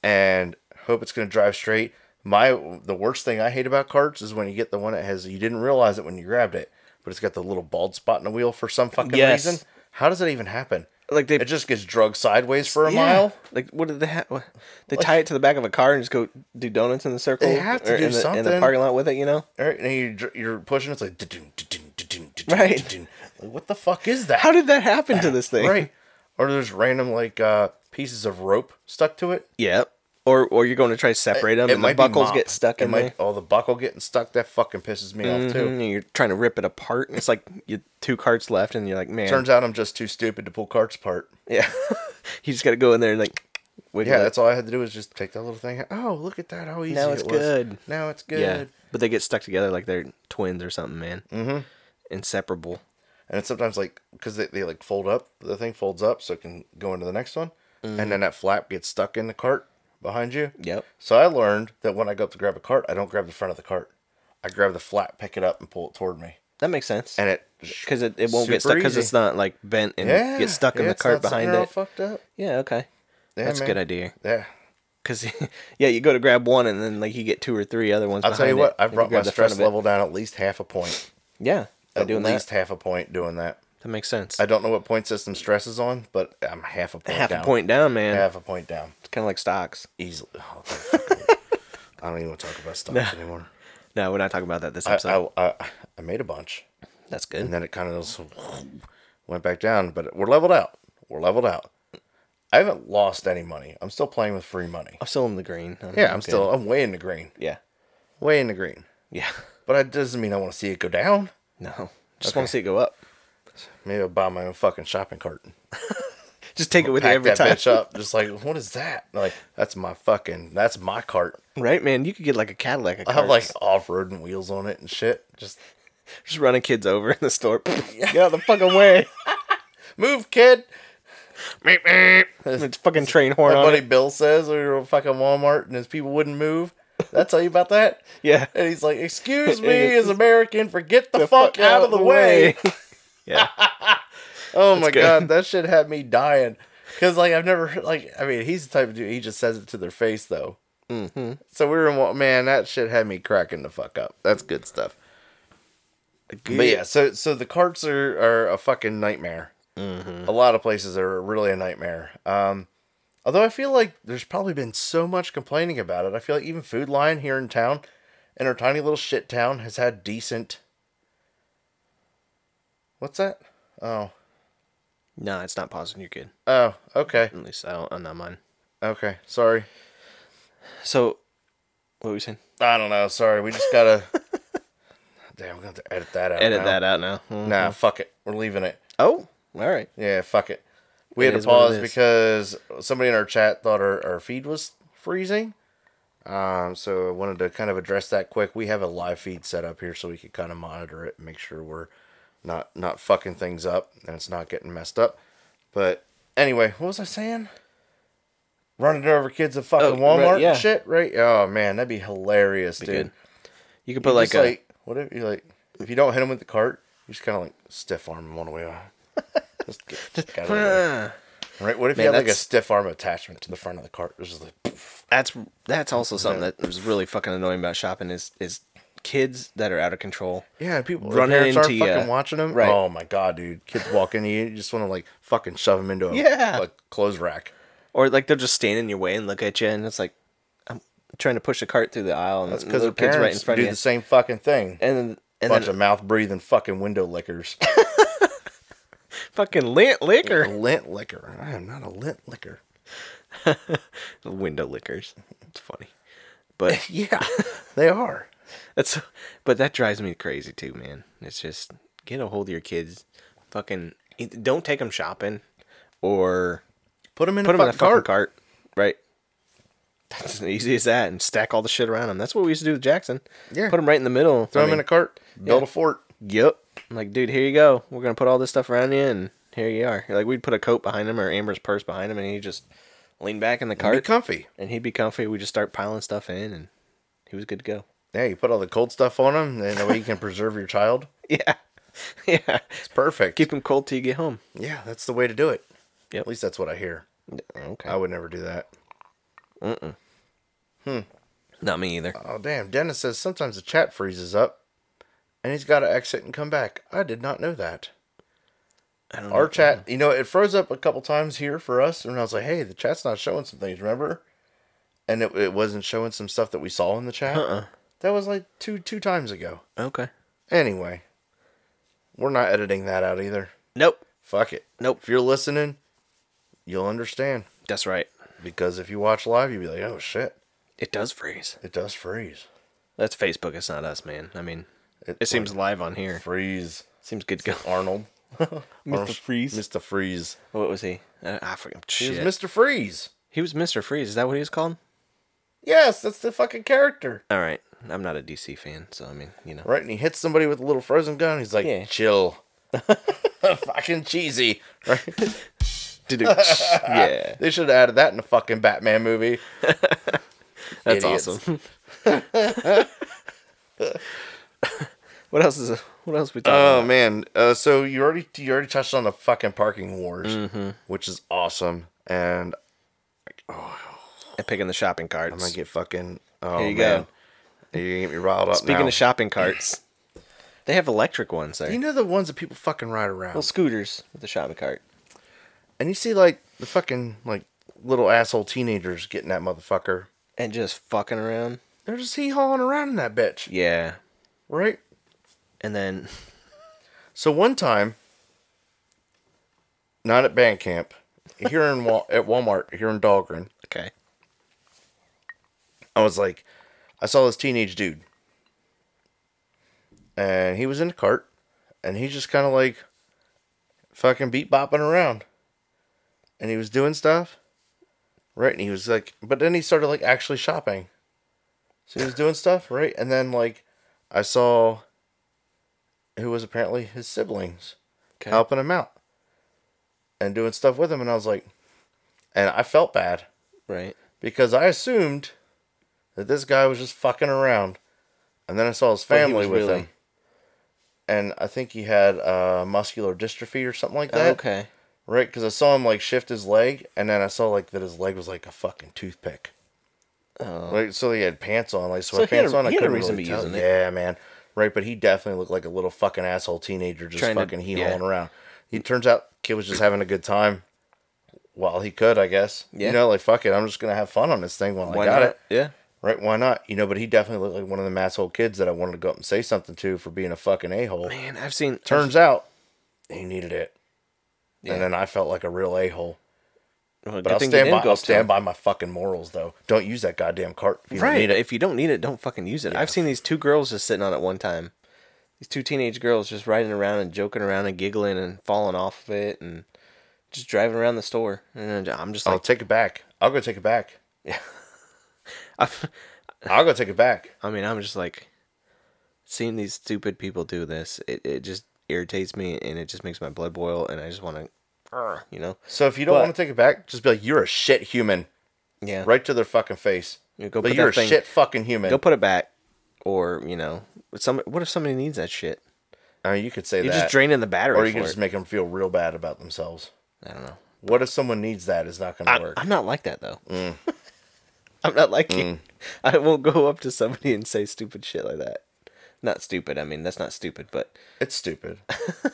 Speaker 3: and hope it's going to drive straight. My the worst thing I hate about carts is when you get the one that has you didn't realize it when you grabbed it, but it's got the little bald spot in the wheel for some fucking
Speaker 4: Yes.
Speaker 3: reason. How does that even happen?
Speaker 4: Like they
Speaker 3: It just gets drugged sideways for a
Speaker 4: Yeah.
Speaker 3: mile.
Speaker 4: Like what did they have? They tie it to the back of a car and just go do donuts in the circle.
Speaker 3: They have to
Speaker 4: or
Speaker 3: do
Speaker 4: in the, in the
Speaker 3: something.
Speaker 4: parking lot with it. You know.
Speaker 3: All right, and you dr- you're pushing. It's like da-doom, da-doom, da-doom, da-doom,
Speaker 4: Right.
Speaker 3: da-doom. Like, what the fuck is that?
Speaker 4: How did that happen to this thing?
Speaker 3: right? Or there's random like uh, pieces of rope stuck to it.
Speaker 4: Yep. Or or you're going to try to separate them, and the
Speaker 3: be
Speaker 4: buckles
Speaker 3: mop.
Speaker 4: get stuck
Speaker 3: It
Speaker 4: in
Speaker 3: might,
Speaker 4: there. Mm-hmm,
Speaker 3: Oh, the buckle getting stuck that fucking pisses me off too.
Speaker 4: And you're trying to rip it apart. And it's like you two carts left, and you're like, man.
Speaker 3: Turns out I'm just too stupid to pull carts apart.
Speaker 4: yeah. you just got to go in there and like. wiggle
Speaker 3: Yeah,
Speaker 4: it.
Speaker 3: that's all I had to do was just take that little thing. out. Oh, look at that! How easy
Speaker 4: Now it's
Speaker 3: it was.
Speaker 4: good.
Speaker 3: Now it's good.
Speaker 4: Yeah. But they get stuck together like they're twins or something, man. Mm-hmm. Inseparable.
Speaker 3: and it's sometimes like because they, they like fold up the thing folds up so it can go into the next one and then that flap gets stuck in the cart behind you
Speaker 4: Mm-hmm. Yep.
Speaker 3: so i learned that when i go up to grab a cart i don't grab the front of the cart i grab the flap pick it up and pull it toward me
Speaker 4: That makes sense.
Speaker 3: and it
Speaker 4: because it, it won't get
Speaker 3: Super
Speaker 4: stuck because
Speaker 3: easy.
Speaker 4: it's not like bent and
Speaker 3: yeah
Speaker 4: get stuck in
Speaker 3: yeah,
Speaker 4: the
Speaker 3: it's
Speaker 4: cart
Speaker 3: not sitting
Speaker 4: behind
Speaker 3: there all
Speaker 4: it.
Speaker 3: fucked up
Speaker 4: Yeah, okay.
Speaker 3: Yeah,
Speaker 4: That's a
Speaker 3: man.
Speaker 4: good idea.
Speaker 3: yeah
Speaker 4: Because yeah, you go to grab one and then like you get two or three other ones.
Speaker 3: i'll tell you
Speaker 4: behind
Speaker 3: what
Speaker 4: it.
Speaker 3: i
Speaker 4: If you
Speaker 3: brought my
Speaker 4: grab the front
Speaker 3: stress
Speaker 4: of it-
Speaker 3: level down at least half a point
Speaker 4: Yeah, by
Speaker 3: at
Speaker 4: doing
Speaker 3: least
Speaker 4: that,
Speaker 3: half a point doing that
Speaker 4: that makes sense.
Speaker 3: i don't know what point system stress is on but i'm half a point
Speaker 4: half
Speaker 3: down.
Speaker 4: a point down, man.
Speaker 3: half a point down
Speaker 4: It's kind of like stocks.
Speaker 3: easily oh, fucking- i don't even want to talk about stocks anymore
Speaker 4: No, we're not talking about that this
Speaker 3: I,
Speaker 4: episode.
Speaker 3: I, I, I made a bunch,
Speaker 4: That's good.
Speaker 3: and then it kind of just went back down. But we're leveled out. We're leveled out. I haven't lost any money. I'm still playing with free money.
Speaker 4: I'm still in the green. I'm
Speaker 3: Yeah, I'm
Speaker 4: good.
Speaker 3: still. I'm way in the green.
Speaker 4: Yeah,
Speaker 3: Way in the green.
Speaker 4: yeah.
Speaker 3: But that doesn't mean I want to see it go down.
Speaker 4: No, just want to see it go up.
Speaker 3: Maybe I'll buy my own fucking shopping cart.
Speaker 4: Just take it with you
Speaker 3: Pack
Speaker 4: every
Speaker 3: that
Speaker 4: time,
Speaker 3: bitch up. Just like, what is that? Like, that's my fucking. That's my cart.
Speaker 4: right, man? You could get like a Cadillac. Of
Speaker 3: I have like
Speaker 4: carts.
Speaker 3: off-roading wheels on it and shit. Just
Speaker 4: just running kids over in the store. Get out of the fucking way!
Speaker 3: move, kid.
Speaker 4: It's fucking train horn
Speaker 3: My
Speaker 4: on
Speaker 3: buddy
Speaker 4: it.
Speaker 3: Bill says we were at fucking Walmart and his people wouldn't move. That's tell you about that?
Speaker 4: Yeah.
Speaker 3: And he's like, "Excuse me, as American, forget the, fuck, out, of the way."
Speaker 4: yeah.
Speaker 3: Oh my
Speaker 4: good.
Speaker 3: god, that shit had me dying. Cause like I've never like I mean he's the type of dude he just says it to their face though. Mm-hmm. So we were in Wa- man that shit had me cracking the fuck up. That's good stuff. But yeah, so so the carts are are a fucking nightmare.
Speaker 4: Mm-hmm.
Speaker 3: A lot of places are really a nightmare. Um, although I feel like there's probably been so much complaining about it. I feel like even Food Lion here in town, in our tiny little shit town, has had decent. What's that? Oh,
Speaker 4: No, it's not pausing. You're good.
Speaker 3: oh, okay,
Speaker 4: At least I don't, I'm not mine.
Speaker 3: okay. Sorry,
Speaker 4: So, what were we saying?
Speaker 3: I don't know. Sorry, we just gotta. Damn, we're gonna have to edit that out.
Speaker 4: Edit
Speaker 3: now.
Speaker 4: that out now. Mm.
Speaker 3: Nah, fuck it. We're leaving it.
Speaker 4: Oh, all right.
Speaker 3: Yeah, fuck it. We
Speaker 4: It
Speaker 3: had
Speaker 4: is
Speaker 3: to
Speaker 4: what it
Speaker 3: pause
Speaker 4: is.
Speaker 3: because somebody in our chat thought our, our feed was freezing. Um, so I wanted to kind of address that quick. We have a live feed set up here so we could kind of monitor it and make sure we're not not fucking things up and it's not getting messed up. But anyway, what was I saying? Running over kids at fucking
Speaker 4: Oh, right,
Speaker 3: Walmart
Speaker 4: yeah.
Speaker 3: and shit, right? Oh man, that'd be hilarious, dude.
Speaker 4: Good. You could put
Speaker 3: Like,
Speaker 4: like a.
Speaker 3: like what if you like if you don't hit them with the cart, you just kind of like stiff arm them one way. off. Just get, get out of the way.
Speaker 4: Ah,
Speaker 3: Right? What if
Speaker 4: Man,
Speaker 3: you had like a
Speaker 4: that's-
Speaker 3: stiff arm attachment to the front of the cart? It was just like, poof.
Speaker 4: that's that's also something that was really fucking annoying about shopping is is kids that are out of control.
Speaker 3: yeah, people
Speaker 4: Running
Speaker 3: running parents aren't
Speaker 4: into ya.
Speaker 3: fucking watching them.
Speaker 4: Right.
Speaker 3: Oh my god, dude! Kids walk into you, you just want to like fucking shove them into a
Speaker 4: Yeah.
Speaker 3: like clothes rack.
Speaker 4: Or like they'll just stand in your way and look at you, and it's like I'm trying to push a cart through the aisle, and
Speaker 3: That's
Speaker 4: that's
Speaker 3: because
Speaker 4: because
Speaker 3: the
Speaker 4: kids
Speaker 3: parents
Speaker 4: right in front
Speaker 3: do
Speaker 4: of you.
Speaker 3: the same fucking thing.
Speaker 4: And then and
Speaker 3: Bunch
Speaker 4: then
Speaker 3: of mouth breathing fucking window lickers.
Speaker 4: fucking lint liquor,
Speaker 3: lint licker. I am not a lint licker.
Speaker 4: window lickers. It's funny, but
Speaker 3: Yeah, they are.
Speaker 4: That's but that drives me crazy too, man. It's just get a hold of your kids, fucking eith- don't take them shopping or
Speaker 3: Put them in
Speaker 4: put
Speaker 3: a
Speaker 4: them in a
Speaker 3: fucking
Speaker 4: fucking
Speaker 3: cart.
Speaker 4: cart. right? That's as easy as that, and stack all the shit around them. That's what we used to do with Jackson.
Speaker 3: Yeah.
Speaker 4: put them right in the middle.
Speaker 3: Throw them in a cart. Build
Speaker 4: yeah.
Speaker 3: a fort.
Speaker 4: Yep. I'm like, dude, here you go. We're gonna put all this stuff around you, and here you are. Like we'd put a coat behind him or Amber's purse behind him, and he just lean back in the
Speaker 3: Be
Speaker 4: cart,
Speaker 3: comfy.
Speaker 4: and he'd be comfy. We just start piling stuff in, and he was good to go.
Speaker 3: Yeah, you put all the cold stuff on them, and that way you can preserve your child.
Speaker 4: Yeah. yeah.
Speaker 3: It's perfect.
Speaker 4: Keep them cold till you get home.
Speaker 3: yeah, that's the way to do it.
Speaker 4: Yep.
Speaker 3: At least that's what I hear.
Speaker 4: Okay.
Speaker 3: I would never do that.
Speaker 4: Not me either.
Speaker 3: Oh, damn. Dennis says sometimes the chat freezes up and he's got to exit and come back. I did not know that.
Speaker 4: I don't
Speaker 3: Our
Speaker 4: know.
Speaker 3: chat, you know, it froze up a couple times here for us. And I was like, hey, the chat's not showing some things, remember? And it, it wasn't showing some stuff that we saw in the chat.
Speaker 4: Uh-uh.
Speaker 3: That was like two two times ago.
Speaker 4: Okay.
Speaker 3: Anyway, we're not editing that out either.
Speaker 4: Nope.
Speaker 3: Fuck it.
Speaker 4: Nope.
Speaker 3: If you're listening, you'll understand.
Speaker 4: That's right.
Speaker 3: Because if you watch live, you'll be like, oh shit,
Speaker 4: It does freeze.
Speaker 3: it does freeze.
Speaker 4: That's Facebook. It's not us, man. I mean, it, seems live on here.
Speaker 3: Freeze.
Speaker 4: Seems good. Go.
Speaker 3: Arnold. Mr.
Speaker 4: Freeze.
Speaker 3: Mr. Freeze.
Speaker 4: What was he? Uh, I forgot.
Speaker 3: He
Speaker 4: Shit.
Speaker 3: was Mr. Freeze.
Speaker 4: He was Mr. Freeze. Is that what he was called?
Speaker 3: Yes, that's the fucking character.
Speaker 4: All right. I'm not a DC fan, so I mean, you know.
Speaker 3: Right, and he hits somebody with a little frozen gun. He's like,
Speaker 4: Yeah.
Speaker 3: chill. fucking cheesy. Right?
Speaker 4: yeah.
Speaker 3: They should have added that in a fucking Batman movie.
Speaker 4: That's
Speaker 3: Idiots.
Speaker 4: awesome. what else is what else we talking
Speaker 3: Oh
Speaker 4: about?
Speaker 3: man, uh, so you already you already touched on the fucking parking wars,
Speaker 4: Mm-hmm.
Speaker 3: which is awesome, and
Speaker 4: And picking the shopping carts.
Speaker 3: I'm gonna get fucking. Oh
Speaker 4: Here you
Speaker 3: man,
Speaker 4: go.
Speaker 3: you're gonna get me riled up.
Speaker 4: Speaking
Speaker 3: now.
Speaker 4: of shopping carts, they have electric ones there.
Speaker 3: you know the ones that people fucking ride around,
Speaker 4: Little scooters with a shopping cart.
Speaker 3: and you see like the fucking like little asshole teenagers getting that motherfucker.
Speaker 4: And just fucking around.
Speaker 3: They're just he hauling around in that bitch,
Speaker 4: Yeah.
Speaker 3: right?
Speaker 4: And then
Speaker 3: So one time, not at band camp, here in Wa- at Walmart here in Dahlgren,
Speaker 4: okay.
Speaker 3: I was like, I saw this teenage dude, and he was in a cart, and he just kind of like fucking beat bopping around, and he was doing stuff, right? And he was like, but then he started like actually shopping, so he was doing stuff, right? And then like, I saw who was apparently his siblings
Speaker 4: Okay.
Speaker 3: helping him out and doing stuff with him, and I was like, and I felt bad
Speaker 4: Right.
Speaker 3: because I assumed that this guy was just fucking around, and then I saw his
Speaker 4: Well, he
Speaker 3: family
Speaker 4: was
Speaker 3: with
Speaker 4: really-
Speaker 3: him, and I think he had uh, muscular dystrophy or something like that,
Speaker 4: Oh, okay.
Speaker 3: right? Because I saw him like shift his leg, and then I saw like that his leg was like a fucking toothpick. Oh. Like, so he had pants on, like
Speaker 4: he
Speaker 3: sweatpants
Speaker 4: had a-
Speaker 3: on. I
Speaker 4: he had a
Speaker 3: couldn't
Speaker 4: reason
Speaker 3: really
Speaker 4: to be
Speaker 3: tell.
Speaker 4: using it.
Speaker 3: Yeah, man. Right, but he definitely looked like a little fucking asshole teenager just
Speaker 4: Trying to-
Speaker 3: fucking he
Speaker 4: yeah.
Speaker 3: hauling around. He turns out kid was just having a good time while he could, I guess.
Speaker 4: Yeah.
Speaker 3: You know, like fuck it, I'm just gonna have fun on this thing while I got it.
Speaker 4: Yeah.
Speaker 3: Right? Why not? You know, but he definitely looked like one of them asshole kids that I wanted to go up and say something to for being a fucking a hole.
Speaker 4: Man, I've seen
Speaker 3: Turns out he needed it.
Speaker 4: Yeah.
Speaker 3: And then I felt like a real a hole.
Speaker 4: Well, good
Speaker 3: But I'll
Speaker 4: thing you
Speaker 3: stand
Speaker 4: didn't
Speaker 3: by
Speaker 4: go
Speaker 3: I'll
Speaker 4: up to him.
Speaker 3: stand by my fucking morals though. Don't use that goddamn cart if you don't
Speaker 4: right.
Speaker 3: need it.
Speaker 4: If you don't need it, don't fucking use it. I've seen these two girls just sitting on it one time. These two teenage girls just riding around and joking around and giggling and falling off of it and just driving around the store. And I'm just
Speaker 3: I'll
Speaker 4: like,
Speaker 3: take it back. I'll go take it back.
Speaker 4: I,
Speaker 3: I'll go take it back.
Speaker 4: I mean, I'm just like, seeing these stupid people do this, it, it just irritates me and it just makes my blood boil and I just want to, you know?
Speaker 3: So if you don't
Speaker 4: But-
Speaker 3: want to take it back, just be like, you're a shit human.
Speaker 4: Yeah.
Speaker 3: Right to their fucking face.
Speaker 4: Yeah, go
Speaker 3: but
Speaker 4: put
Speaker 3: you're
Speaker 4: that
Speaker 3: a
Speaker 4: thing-
Speaker 3: shit fucking human.
Speaker 4: Go put it back. Or, you know, some, what if somebody needs that shit?
Speaker 3: I mean, you could say
Speaker 4: You're
Speaker 3: that.
Speaker 4: just draining the battery.
Speaker 3: or you
Speaker 4: for
Speaker 3: could just
Speaker 4: it.
Speaker 3: make them feel real bad about themselves.
Speaker 4: I don't know.
Speaker 3: What if someone needs that is not going
Speaker 4: I,
Speaker 3: to work? Mm.
Speaker 4: I'm not like that though. I'm not like you. I won't go up to somebody and say stupid shit like that. Not stupid. I mean, that's not stupid, but
Speaker 3: It's stupid.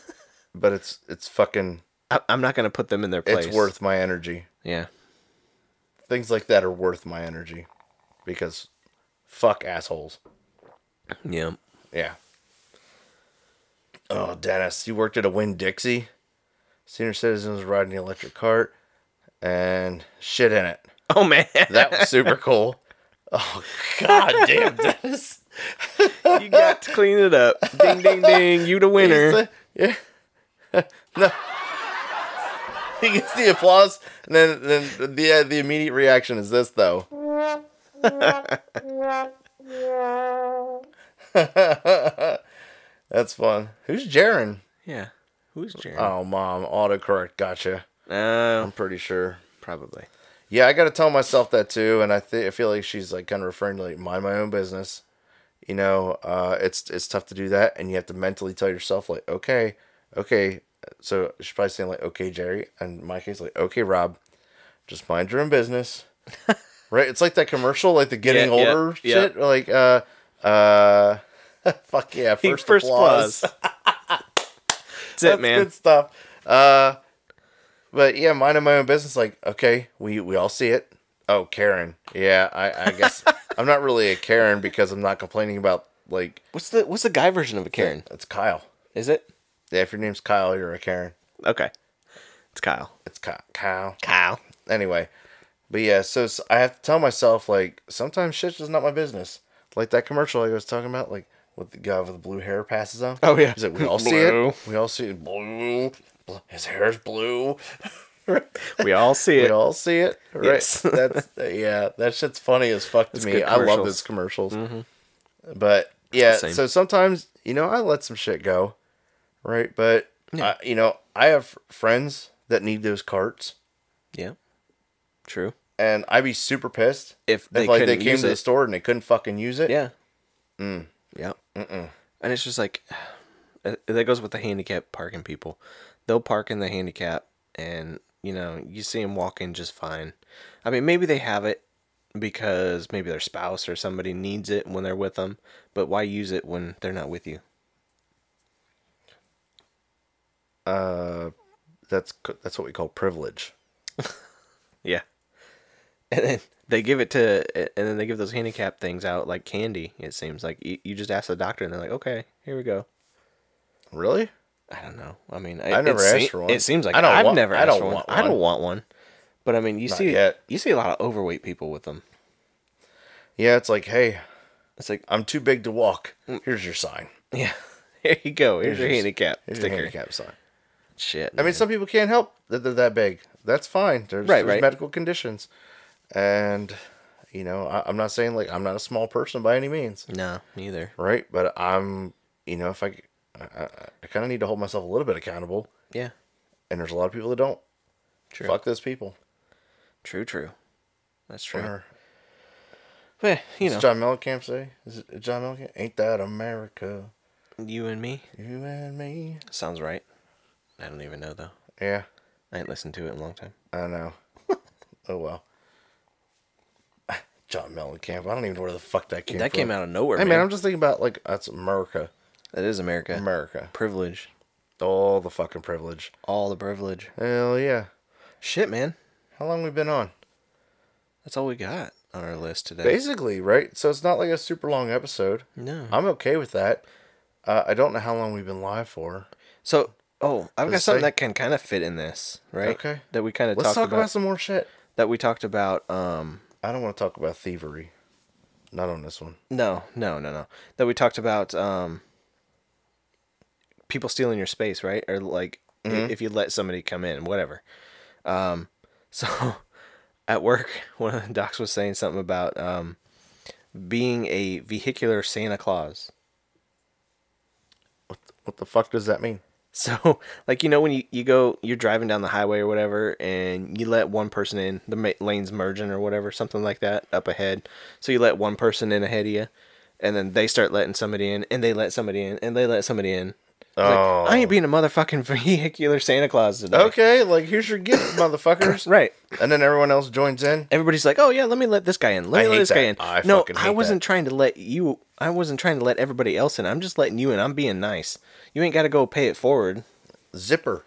Speaker 3: but it's it's fucking
Speaker 4: I, I'm not gonna put them in their place.
Speaker 3: it's worth my energy.
Speaker 4: Yeah.
Speaker 3: Things like that are worth my energy because fuck assholes.
Speaker 4: Yeah.
Speaker 3: Yeah. Oh, Dennis, you worked at a Winn Dixie. Senior citizen was riding the electric cart and shit in it.
Speaker 4: Oh man,
Speaker 3: That was super cool. Oh, god damn, Dennis.
Speaker 4: you got to clean it up. Ding ding ding. You the winner.
Speaker 3: Yeah. no. He gets the applause, and then then the uh, the immediate reaction is this though. That's fun. Who's Jaren?
Speaker 4: Yeah. Who's Jerry?
Speaker 3: Oh, mom, autocorrect. Gotcha.
Speaker 4: Uh,
Speaker 3: I'm pretty sure.
Speaker 4: probably.
Speaker 3: Yeah, I got to tell myself that too, and I, th- I feel like she's like kind of referring to like mind my own business, you know, uh, it's it's tough to do that, and you have to mentally tell yourself like, okay, okay. So she's probably saying like, okay, Jerry, and in my case like, okay, Rob, just mind your own business, right? It's like that commercial, like the getting
Speaker 4: Yeah, yeah,
Speaker 3: older
Speaker 4: yeah.
Speaker 3: shit, like uh, uh, fuck yeah, first,
Speaker 4: First
Speaker 3: applause.
Speaker 4: applause. That's it, man.
Speaker 3: Good stuff. Uh, but yeah, minding my own business. Like, okay, we we all see it. Oh, Karen. Yeah, I, I guess I'm not really a Karen because I'm not complaining about like
Speaker 4: What's the what's the guy version of a Karen?
Speaker 3: It's Kyle.
Speaker 4: Is it?
Speaker 3: Yeah, if your name's Kyle, you're a Karen.
Speaker 5: Okay. It's Kyle.
Speaker 3: It's Ky- Kyle.
Speaker 4: Kyle.
Speaker 3: Anyway, but yeah, so s- I have to tell myself like sometimes shit's just not my business. Like that commercial I was talking about, like with the guy with the blue hair passes on.
Speaker 4: Oh, yeah.
Speaker 3: He's like, we all see it.
Speaker 4: Blue.
Speaker 3: We all see it. Blue. Bl- His hair's blue.
Speaker 5: We all see
Speaker 3: We
Speaker 5: it.
Speaker 3: all see it, right?
Speaker 4: Yes.
Speaker 3: That's uh, yeah, that shit's funny as fuck to me.
Speaker 4: good
Speaker 3: I love
Speaker 4: commercials. Mm-hmm.
Speaker 3: those commercials. But yeah,
Speaker 4: Same.
Speaker 3: so sometimes you know I let some shit go, right? But I, you know I have friends that need those carts,
Speaker 4: Yeah. True.
Speaker 3: and I'd be super pissed
Speaker 4: If they
Speaker 3: like they
Speaker 4: couldn't
Speaker 3: came
Speaker 4: use
Speaker 3: to the
Speaker 4: it.
Speaker 3: store and they couldn't fucking use it.
Speaker 4: Yeah. Yeah. And it's just like uh, that goes with the handicap parking people. They'll park in the handicap, and you know you see them walk in just fine. I mean, maybe they have it because maybe their spouse or somebody needs it when they're with them. But why use it when they're not with you?
Speaker 3: that's c- that's what we call privilege.
Speaker 4: Yeah. And then they give it to, and then they give those handicap things out like candy. It seems like you, you just ask the doctor, and they're like, "Okay, here we go."
Speaker 3: Really?
Speaker 4: I don't know. I mean,
Speaker 3: I never
Speaker 4: it
Speaker 3: asked for one.
Speaker 4: It seems like
Speaker 3: I don't
Speaker 4: I've
Speaker 3: want-
Speaker 4: never
Speaker 3: I
Speaker 4: asked
Speaker 3: don't
Speaker 4: for
Speaker 3: want
Speaker 4: I
Speaker 3: one.
Speaker 4: don't want one. But I mean, you see,
Speaker 3: yet.
Speaker 4: you see a lot of overweight people with them.
Speaker 3: Yeah, it's like, hey,
Speaker 4: It's like, Mm.
Speaker 3: I'm too big to walk. Here's your sign.
Speaker 4: yeah, here you go. Here's, your
Speaker 3: your-
Speaker 4: handicap
Speaker 3: Here's
Speaker 4: sticker.
Speaker 3: your handicap sign.
Speaker 4: Shit.
Speaker 3: I mean, some people can't help that they're that big. That's fine. There's,
Speaker 4: Right,
Speaker 3: there's
Speaker 4: right.
Speaker 3: medical conditions, and you know, I, I'm not saying like I'm not a small person by any means,
Speaker 4: no, neither.
Speaker 3: right? But I'm, you know, if I, I, I- I kind of need to hold myself a little bit accountable,
Speaker 4: Yeah,
Speaker 3: and there's a lot of people that don't.
Speaker 4: True.
Speaker 3: Fuck those people.
Speaker 4: true, true. That's true.
Speaker 3: Or,
Speaker 4: But, you
Speaker 3: what's
Speaker 4: know,
Speaker 3: John Mellencamp say? Is it John Mellencamp? Ain't that America?
Speaker 4: you and me
Speaker 3: You and me.
Speaker 4: sounds right. I don't even know though.
Speaker 3: Yeah,
Speaker 4: I ain't listened to it in a long time.
Speaker 3: I know. oh well. John Mellencamp. I don't even know where the fuck that came.
Speaker 4: that came
Speaker 3: from.
Speaker 4: out of nowhere.
Speaker 3: Hey
Speaker 4: man,
Speaker 3: man, I'm just thinking about like that's America,
Speaker 4: that is America.
Speaker 3: America,
Speaker 4: Privilege,
Speaker 3: all the fucking privilege.
Speaker 4: all the privilege.
Speaker 3: Hell yeah!
Speaker 4: Shit, man.
Speaker 3: How long we been on?
Speaker 4: That's all we got on our list today.
Speaker 3: Basically, right? So it's not like a super long episode.
Speaker 4: No.
Speaker 3: I'm okay with that. Uh, I don't know how long we've been live for.
Speaker 4: So, oh, I've got
Speaker 3: Let's
Speaker 4: something
Speaker 3: say-
Speaker 4: that can kind of fit in this, right?
Speaker 3: Okay.
Speaker 4: That we kind of
Speaker 3: Let's
Speaker 4: talked
Speaker 3: talk
Speaker 4: about,
Speaker 3: about, some more shit.
Speaker 4: that we talked about. Um,
Speaker 3: I don't want to talk about thievery. Not on this one.
Speaker 4: no, no, no, no. That we talked about um, people stealing your space, right? Or like i-
Speaker 3: Mm-hmm.
Speaker 4: if you let somebody come in, whatever. Um, so at work, one of the docs was saying something about um, being a vehicular Santa Claus.
Speaker 3: What the fuck does that mean?
Speaker 4: So, like, you know, when you, you go, you're driving down the highway or whatever, and you let one person in, the ma- lane's merging or whatever, something like that, up ahead. So you let one person in ahead of you, and then they start letting somebody in, and they let somebody in, and they let somebody in. It's like,
Speaker 3: Oh.
Speaker 4: I ain't being a motherfucking vehicular Santa Claus today.
Speaker 3: Okay, like here's your gift, motherfuckers.
Speaker 4: Right.
Speaker 3: And then everyone else joins in.
Speaker 4: Everybody's like, oh, yeah, let me let this guy in. Let
Speaker 3: I
Speaker 4: me let
Speaker 3: hate
Speaker 4: this guy in.
Speaker 3: that. I
Speaker 4: no,
Speaker 3: fucking hate
Speaker 4: I wasn't trying to let you, I wasn't trying to let everybody else in. I'm just letting you in. I'm being nice. You ain't got to go pay it forward.
Speaker 3: Zipper.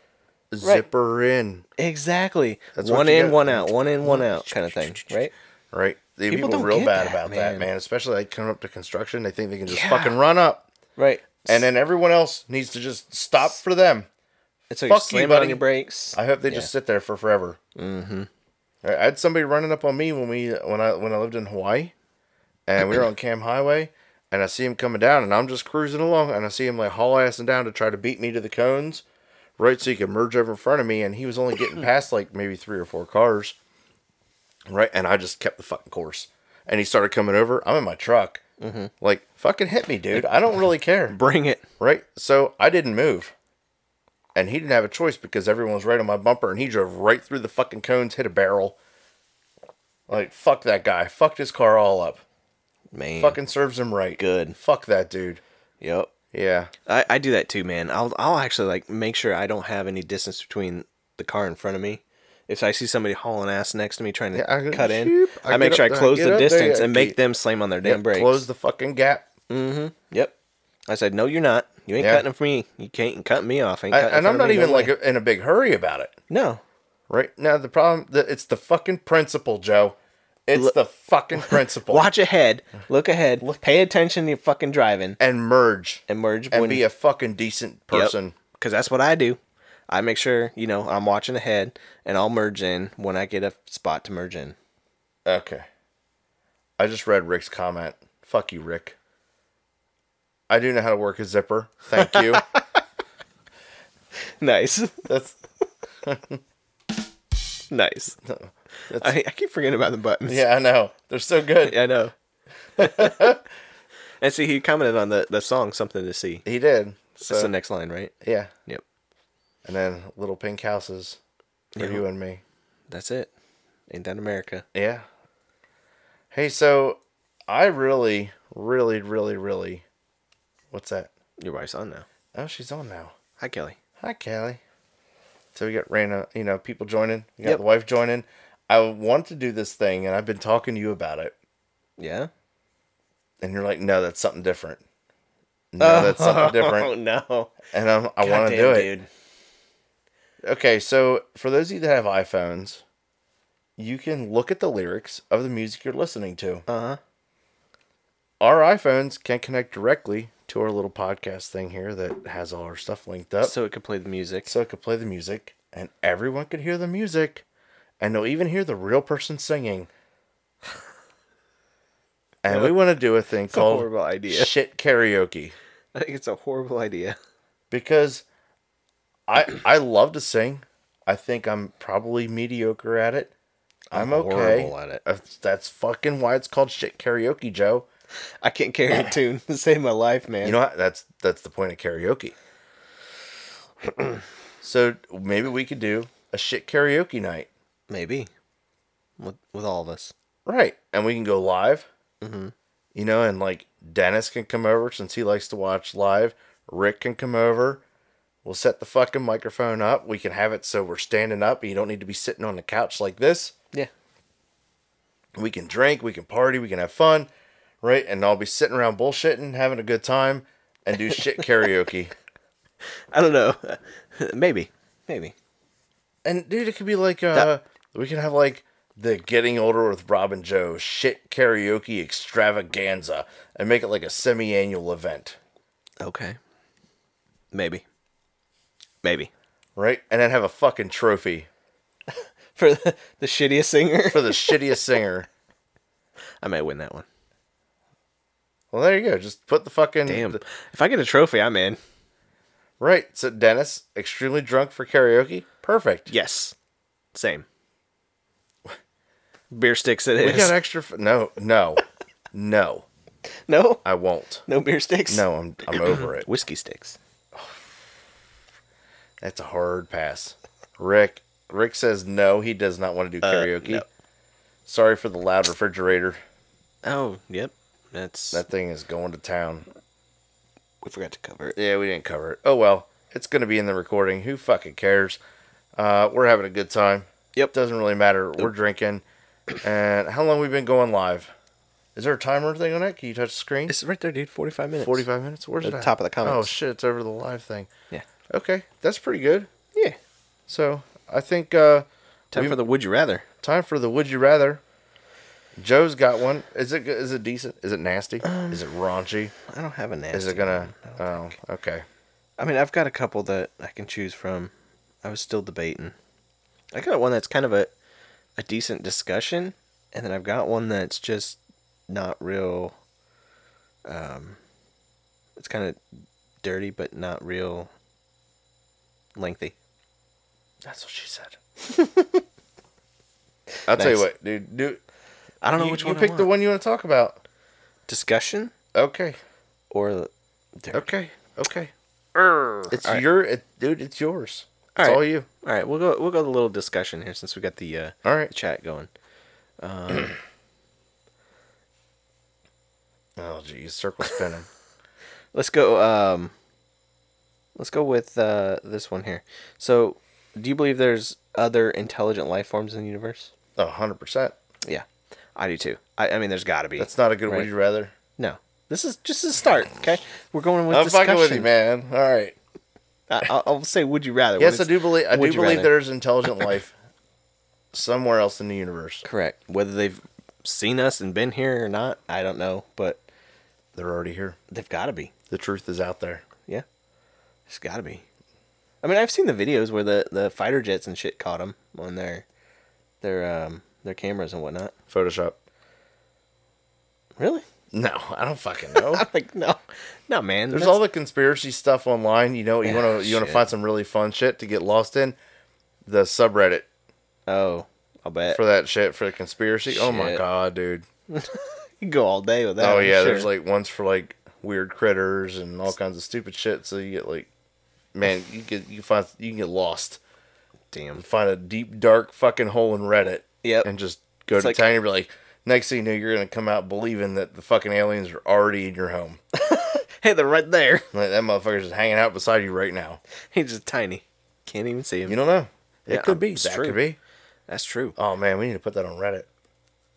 Speaker 3: Zipper in.
Speaker 4: Exactly.
Speaker 3: That's what
Speaker 4: one
Speaker 3: you
Speaker 4: in,
Speaker 3: get.
Speaker 4: one out. One in, one out, kind of thing, right?
Speaker 3: Right? The
Speaker 4: People
Speaker 3: people,
Speaker 4: don't
Speaker 3: real
Speaker 4: get
Speaker 3: bad
Speaker 4: that,
Speaker 3: about
Speaker 4: man.
Speaker 3: that, man. Especially like coming up to construction, they think they can just
Speaker 4: Yeah.
Speaker 3: fucking run up.
Speaker 4: Right.
Speaker 3: and then everyone else needs to just stop for them.
Speaker 4: it's like
Speaker 3: fuck you,
Speaker 4: slamming on
Speaker 3: buddy.
Speaker 4: your brakes.
Speaker 3: I hope they just sit there for forever. Mm-hmm. I had somebody running up on me when we when I when I lived in Hawaii, and we were on Cam Highway, and I see him coming down, and I'm just cruising along, and I see him like haul assing down to try to beat me to the cones, right, so he could merge over in front of me, and he was only getting past like maybe three or four cars, right, and I just kept the fucking course, and he started coming over. I'm in my truck, mm-hmm. like fucking hit me, dude. I don't really care.
Speaker 4: Bring it.
Speaker 3: right? So I didn't move. And he didn't have a choice because everyone was right on my bumper and he drove right through the fucking cones, hit a barrel. Like, fuck that guy. Fucked his car all up.
Speaker 4: Man.
Speaker 3: Fucking serves him right.
Speaker 4: Good.
Speaker 3: Fuck that dude.
Speaker 4: Yep.
Speaker 3: Yeah.
Speaker 4: I, I do that too, man. I'll I'll actually like make sure I don't have any distance between the car in front of me. If I see somebody hauling ass next to me trying to
Speaker 3: Yeah, I go,
Speaker 4: cut in,
Speaker 3: shoop, I
Speaker 4: I, make
Speaker 3: get
Speaker 4: sure I
Speaker 3: up- I
Speaker 4: close
Speaker 3: get
Speaker 4: the
Speaker 3: up there,
Speaker 4: distance
Speaker 3: I
Speaker 4: and make
Speaker 3: keep-
Speaker 4: them slam on their damn
Speaker 3: Yep,
Speaker 4: brakes.
Speaker 3: Close the fucking gap.
Speaker 4: Yep. I said, no, you're not. You ain't
Speaker 3: Yeah.
Speaker 4: cutting for me. You can't cut me off. Ain't
Speaker 3: I,
Speaker 4: cutting in
Speaker 3: and I'm
Speaker 4: front
Speaker 3: not
Speaker 4: of me no
Speaker 3: even like
Speaker 4: way."
Speaker 3: in a big hurry about it.
Speaker 4: no.
Speaker 3: Right now, the problem that it's the fucking principle, Joe. It's the fucking principle.
Speaker 4: Watch ahead. Look ahead. Pay attention to your fucking driving
Speaker 3: and merge
Speaker 4: and merge
Speaker 3: and be a fucking decent person.
Speaker 4: Because that's what I do. I make sure, you know, I'm watching ahead and I'll merge in when I get a spot to merge in.
Speaker 3: Okay. I just read Rick's comment. Fuck you, Rick. I do know how to work a zipper. Thank you.
Speaker 4: Nice.
Speaker 3: That's
Speaker 4: nice. I, I keep forgetting about the buttons.
Speaker 3: yeah, I know. They're so good.
Speaker 4: I know. and see, he commented on the, the song, Something to See.
Speaker 3: He did.
Speaker 4: That's the
Speaker 3: So
Speaker 4: next line, right?
Speaker 3: yeah.
Speaker 4: Yep.
Speaker 3: And then little pink houses for you and me.
Speaker 4: That's it. Ain't that America?
Speaker 3: Yeah. Hey, so I really, really, really, really. What's that?
Speaker 4: Your wife's on now.
Speaker 3: Oh, she's on now.
Speaker 4: Hi, Kelly.
Speaker 3: Hi, Callie. So we got random, you know, people joining. We got
Speaker 4: Yep.
Speaker 3: the wife joining. I want to do this thing, and I've been talking to you about it,
Speaker 4: Yeah.
Speaker 3: and you're like, "No, that's something different." No, that's something
Speaker 4: Oh
Speaker 3: different,
Speaker 4: no!
Speaker 3: and I'm, I want to
Speaker 4: Goddamn,
Speaker 3: do it. Okay, so for those of you that have iPhones, you can look at the lyrics of the music you're listening to. Uh
Speaker 4: Uh-huh.
Speaker 3: huh. Our iPhones can connect directly to our little podcast thing here that has all our stuff linked up.
Speaker 4: So it could play the music.
Speaker 3: so it could play the music and everyone could hear the music and they'll even hear the real person singing and we want to do a thing
Speaker 4: a
Speaker 3: called
Speaker 4: horrible idea.
Speaker 3: shit karaoke
Speaker 4: I think it's a horrible idea.
Speaker 3: because i i love to sing i think i'm probably mediocre at it i'm, okay
Speaker 4: horrible at it.
Speaker 3: Uh, that's fucking why it's called shit karaoke joe
Speaker 4: I can't carry a tune to save my life, man.
Speaker 3: you know what? that's that's the point of karaoke so maybe we could do a shit karaoke night
Speaker 4: Maybe with with all of us.
Speaker 3: Right. And we can go live. You know, and like Dennis can come over since he likes to watch live. Rick can come over. We'll set the fucking microphone up. We can have it so we're standing up. You don't need to be sitting on the couch like this.
Speaker 4: Yeah.
Speaker 3: We can drink. We can party. We can have fun. Right. And I'll be sitting around bullshitting, having a good time, and do shit karaoke.
Speaker 4: I don't know. maybe. Maybe.
Speaker 3: And dude, it could be like uh
Speaker 4: That-
Speaker 3: we can have like the getting older with Rob and Joe shit karaoke extravaganza and make it like a semi annual event.
Speaker 4: Okay. Maybe. Maybe
Speaker 3: Right? And then have a fucking trophy
Speaker 4: for the, the shittiest singer,
Speaker 3: for the shittiest singer.
Speaker 4: I might win that one.
Speaker 3: Well there you go. Just put the fucking
Speaker 4: Damn. If I get a trophy, I'm in.
Speaker 3: Right. So Dennis, extremely drunk for karaoke. Perfect.
Speaker 4: Yes. Same. Beer sticks. It
Speaker 3: We
Speaker 4: is.
Speaker 3: got extra f- no, no. no.
Speaker 4: No.
Speaker 3: I won't.
Speaker 4: No beer sticks.
Speaker 3: No, I'm I'm over it.
Speaker 4: Whiskey sticks.
Speaker 3: That's a hard pass. Rick Rick says no, he does not want to do karaoke.
Speaker 4: Uh, no.
Speaker 3: Sorry for the loud refrigerator.
Speaker 4: Oh, yep. That's
Speaker 3: That thing is going to town.
Speaker 4: we forgot to cover it.
Speaker 3: Yeah, we didn't cover it. Oh well, it's going to be in the recording. Who fucking cares? Uh, we're having a good time.
Speaker 4: Yep.
Speaker 3: Doesn't really matter. We're drinking. And how long we been going live? Is there a timer thing on it? Can you touch the screen?
Speaker 4: It's right there, dude. Forty-five minutes.
Speaker 3: 45 minutes? Where's
Speaker 4: The
Speaker 3: it at?
Speaker 4: top of the comments.
Speaker 3: Oh, shit. It's over the live thing.
Speaker 4: Yeah.
Speaker 3: Okay. That's pretty good.
Speaker 4: Yeah.
Speaker 3: So I think uh,
Speaker 4: Time
Speaker 3: We-
Speaker 4: for the would you rather.
Speaker 3: time for the Would You Rather. Joe's got one. Is it is it decent? Is it nasty?
Speaker 4: Um,
Speaker 3: is it raunchy?
Speaker 4: I don't have a nasty.
Speaker 3: Is it gonna? Oh, okay.
Speaker 4: I mean, I've got a couple that I can choose from. I was still debating. I got one that's kind of a, a decent discussion, and then I've got one that's just not real. Um, it's kind of dirty, but not real lengthy.
Speaker 3: That's what she said. I'll tell you
Speaker 4: Nice.
Speaker 3: what, dude. Do
Speaker 4: I don't know
Speaker 3: you,
Speaker 4: which
Speaker 3: you
Speaker 4: one. I
Speaker 3: pick the
Speaker 4: want.
Speaker 3: one you want to talk about.
Speaker 4: discussion
Speaker 3: Okay.
Speaker 4: or dirty.
Speaker 3: Okay. Okay. It's your, it, dude. It's yours. It's
Speaker 4: Alright.
Speaker 3: all you.
Speaker 4: All right, we'll go. We'll go to a little discussion here since we got the uh,
Speaker 3: All right.
Speaker 4: chat going. Um,
Speaker 3: Oh, geez, circle spinning.
Speaker 4: Let's go. Um, let's go with uh, this one here. So, do you believe there's other intelligent life forms in the universe?
Speaker 3: A hundred percent.
Speaker 4: Yeah, I do too. I, I mean, there's got to be.
Speaker 3: That's not a good
Speaker 4: Right.
Speaker 3: would you rather.
Speaker 4: no. This is just a start. Okay, we're going with
Speaker 3: I'm
Speaker 4: discussion.
Speaker 3: fucking with you, man. All right.
Speaker 4: I, I'll- I'll say, would you rather? when
Speaker 3: Yes, I
Speaker 4: it's-
Speaker 3: do believe. I do
Speaker 4: would
Speaker 3: believe
Speaker 4: you rather.
Speaker 3: there's intelligent life somewhere else in the universe.
Speaker 4: Correct. Whether they've seen us and been here or not, I don't know, but
Speaker 3: They're already here.
Speaker 4: they've got to be.
Speaker 3: The truth is out there.
Speaker 4: Yeah, it's got to be. I mean, I've seen the videos where the, the fighter jets and shit caught them on their their um their cameras and whatnot.
Speaker 3: Photoshop.
Speaker 4: Really?
Speaker 3: No, I don't fucking know.
Speaker 4: I'm like, no, no, man.
Speaker 3: There's
Speaker 4: that's-
Speaker 3: all the conspiracy stuff online. You know, you
Speaker 4: Yeah,
Speaker 3: want to you want to
Speaker 4: shit.
Speaker 3: find some really fun shit to get lost in. The subreddit
Speaker 4: oh, I'll bet
Speaker 3: for that shit for the conspiracy. Oh my
Speaker 4: Shit.
Speaker 3: god, dude.
Speaker 4: you can go all day with that.
Speaker 3: oh
Speaker 4: I'm
Speaker 3: yeah,
Speaker 4: sure.
Speaker 3: there's like ones for like weird critters and all kinds of stupid shit. So you get like, man, you get you find you can get lost.
Speaker 4: damn.
Speaker 3: Find a deep dark fucking hole in Reddit.
Speaker 4: Yep.
Speaker 3: And just go
Speaker 4: It's
Speaker 3: to
Speaker 4: like-
Speaker 3: town and be like, next thing you know, you're gonna come out believing that the fucking aliens are already in your home.
Speaker 4: Hey, they're right there.
Speaker 3: like that motherfucker's just hanging out beside you right now.
Speaker 4: He's just tiny. Can't even see him.
Speaker 3: You don't know.
Speaker 4: Yeah,
Speaker 3: it could be.
Speaker 4: it's
Speaker 3: That
Speaker 4: true.
Speaker 3: could be.
Speaker 4: That's true.
Speaker 3: Oh man, we need to put that on Reddit.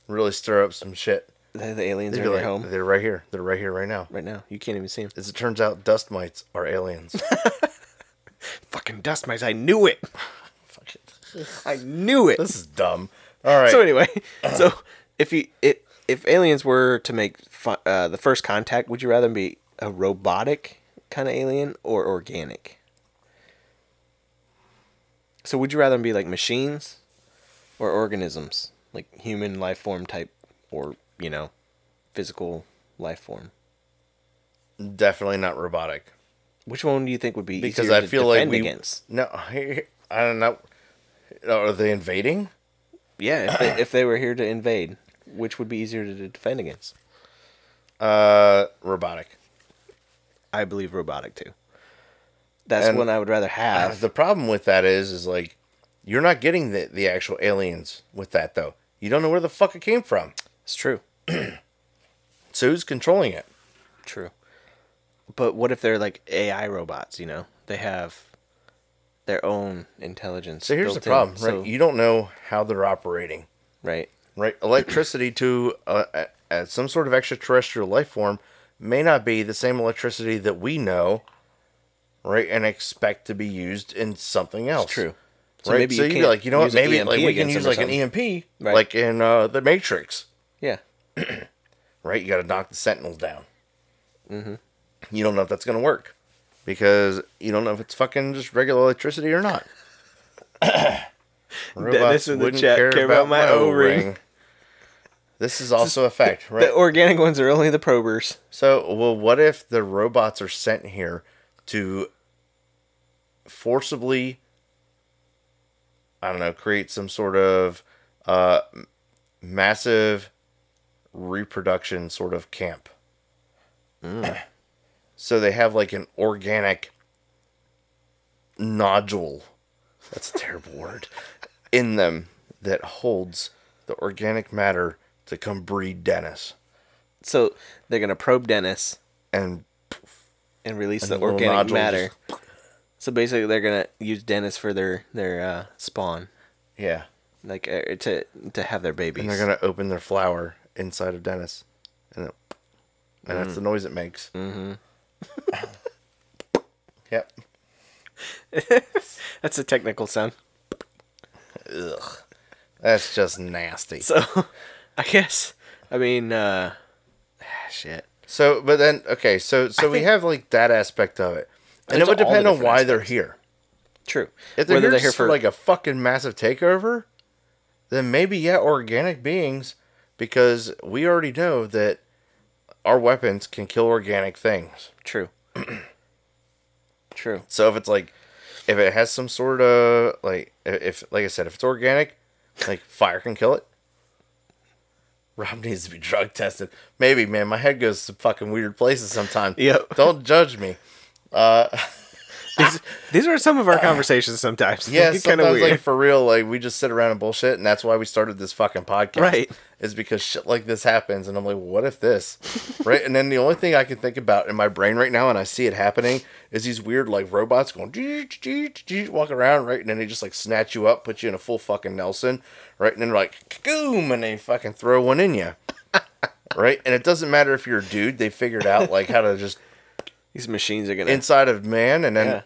Speaker 3: Really stir up some shit.
Speaker 4: The, the aliens
Speaker 3: They'd
Speaker 4: are
Speaker 3: be
Speaker 4: in your
Speaker 3: like,
Speaker 4: home
Speaker 3: They're right here. They're right here right now.
Speaker 4: right now. You can't even see them.
Speaker 3: As it turns out, dust mites are aliens.
Speaker 4: Fucking dust mites. I knew it.
Speaker 3: Fuck it.
Speaker 4: I knew it.
Speaker 3: This is dumb. All right.
Speaker 4: So anyway, so if you it, if aliens were to make fi- uh, the first contact, would you rather be a robotic kind of alien or organic? So would you rather be like machines or organisms, like human life form type, or you know, physical life form?
Speaker 3: Definitely not robotic.
Speaker 4: Which one do you think would be
Speaker 3: Because
Speaker 4: easier
Speaker 3: I
Speaker 4: to
Speaker 3: feel like
Speaker 4: defend
Speaker 3: we
Speaker 4: against?
Speaker 3: no, I don't know. Uh, Are they invading?
Speaker 4: Yeah, if they, if they were here to invade, which would be easier to defend against?
Speaker 3: Uh, robotic.
Speaker 4: I believe robotic too. That's
Speaker 3: And-
Speaker 4: one I would rather
Speaker 3: Uh,
Speaker 4: have.
Speaker 3: the problem with that is, is like, you're not getting the the actual aliens with that though. You don't know where the fuck it came from.
Speaker 4: It's true.
Speaker 3: So who's controlling it?
Speaker 4: True. But what if they're like AI robots, you know? They have their own intelligence.
Speaker 3: So here's the
Speaker 4: built in,
Speaker 3: problem, right?
Speaker 4: so-
Speaker 3: You don't know how they're operating.
Speaker 4: right.
Speaker 3: right? Electricity to uh, a- a- some sort of extraterrestrial life form may not be the same electricity that we know, right? And expect to be used in something else.
Speaker 4: It's true.
Speaker 3: So right? so you'd be
Speaker 4: can't
Speaker 3: like, you know what?
Speaker 4: use an E
Speaker 3: Maybe
Speaker 4: EMP
Speaker 3: like we can
Speaker 4: against
Speaker 3: use
Speaker 4: them or
Speaker 3: like an E
Speaker 4: something.
Speaker 3: EMP,
Speaker 4: Right.
Speaker 3: like in uh, the Matrix,
Speaker 4: Yeah.
Speaker 3: right? You got to knock the Sentinels down.
Speaker 4: Mm-hmm.
Speaker 3: You don't know if that's gonna work because you don't know if it's fucking just regular electricity or not. Robots
Speaker 4: in the
Speaker 3: wouldn't
Speaker 4: chat care about my O-ring.
Speaker 3: This is also a fact, right?
Speaker 4: The organic ones are only the probers.
Speaker 3: So, well, what if the robots are sent here to forcibly, I don't know, create some sort of uh, m- massive reproduction sort of camp? so they have like an organic nodule. That's a terrible word. In them that holds the organic matter to come breed Dennis
Speaker 4: So they're going to probe Dennis
Speaker 3: and
Speaker 4: and release
Speaker 3: And
Speaker 4: the
Speaker 3: the little
Speaker 4: organic
Speaker 3: nodule
Speaker 4: matter. So basically they're going to use Dennis for their their uh, spawn,
Speaker 3: Yeah.
Speaker 4: like uh, to to have their babies.
Speaker 3: And they're gonna open their flower inside of Dennis, and it, and that's the
Speaker 4: Mm.
Speaker 3: noise it makes. Mm-hmm. yep.
Speaker 4: That's a technical sound.
Speaker 3: Ugh. That's just nasty. So,
Speaker 4: So, I guess I mean, uh, shit.
Speaker 3: but then okay, so so we have like that aspect of it, and it
Speaker 4: It's
Speaker 3: would
Speaker 4: all the
Speaker 3: depend on
Speaker 4: different
Speaker 3: why they're here.
Speaker 4: True.
Speaker 3: If they're
Speaker 4: Whether
Speaker 3: here,
Speaker 4: they're here
Speaker 3: just for
Speaker 4: for-
Speaker 3: like a fucking massive takeover, then maybe yeah, organic beings, because we already know that our weapons can kill organic things.
Speaker 4: True. True.
Speaker 3: So if it's like, if it has some sort of like, if like I said, if it's organic, like fire can kill it. Rob needs to be drug tested. Maybe, man, my head goes to fucking weird places sometimes.
Speaker 4: Yep.
Speaker 3: Don't judge me.
Speaker 4: these, these are some of our conversations sometimes.
Speaker 3: Yeah,
Speaker 4: it's kind of
Speaker 3: sometimes
Speaker 4: weird.
Speaker 3: like for real, like we just sit around and bullshit, and that's why we started this fucking podcast.
Speaker 4: Right.
Speaker 3: Is because shit like this happens, and I'm like, what if this? right. And then the only thing I can think about in my brain right now, and I see it happening, is these weird like robots going "Jeet, jeet, jeet," walk around, right? And then they just like snatch you up, put you in a full fucking Nelson, right? And then they're like, boom, and they fucking throw one in you. right. And it doesn't matter if you're a dude; they figured out like how to just
Speaker 4: these machines are gonna
Speaker 3: inside of man, and then
Speaker 4: Yeah.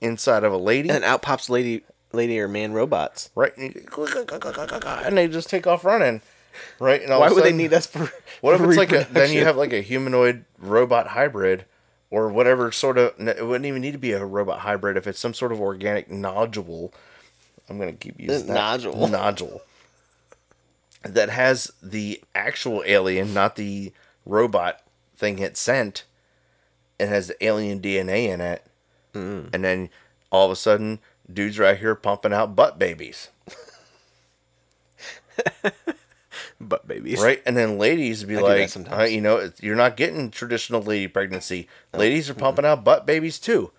Speaker 3: inside of a lady,
Speaker 4: and out pops lady, lady or man robots.
Speaker 3: right? And, you go, "Click, click, click, click, click, click," and they just take off running, right? And all
Speaker 4: Why
Speaker 3: of a
Speaker 4: would they
Speaker 3: sudden-
Speaker 4: need us for?
Speaker 3: What if
Speaker 4: for
Speaker 3: it's like a, then you
Speaker 4: reproduction?
Speaker 3: have like a humanoid robot hybrid or whatever sort of? n- It wouldn't even need to be a robot hybrid if it's some sort of organic nodule. I'm gonna keep using that
Speaker 4: Nodule.
Speaker 3: nodule that has the actual alien, not the robot thing it sent, and has the alien DNA in it.
Speaker 4: Hmm.
Speaker 3: And then all of a sudden, dudes right here pumping out butt babies.
Speaker 4: butt babies?
Speaker 3: right? And then ladies be
Speaker 4: that
Speaker 3: like,
Speaker 4: sometimes.
Speaker 3: uh, you know, it- you're not getting traditional lady pregnancy. Ladies are pumping out butt babies too.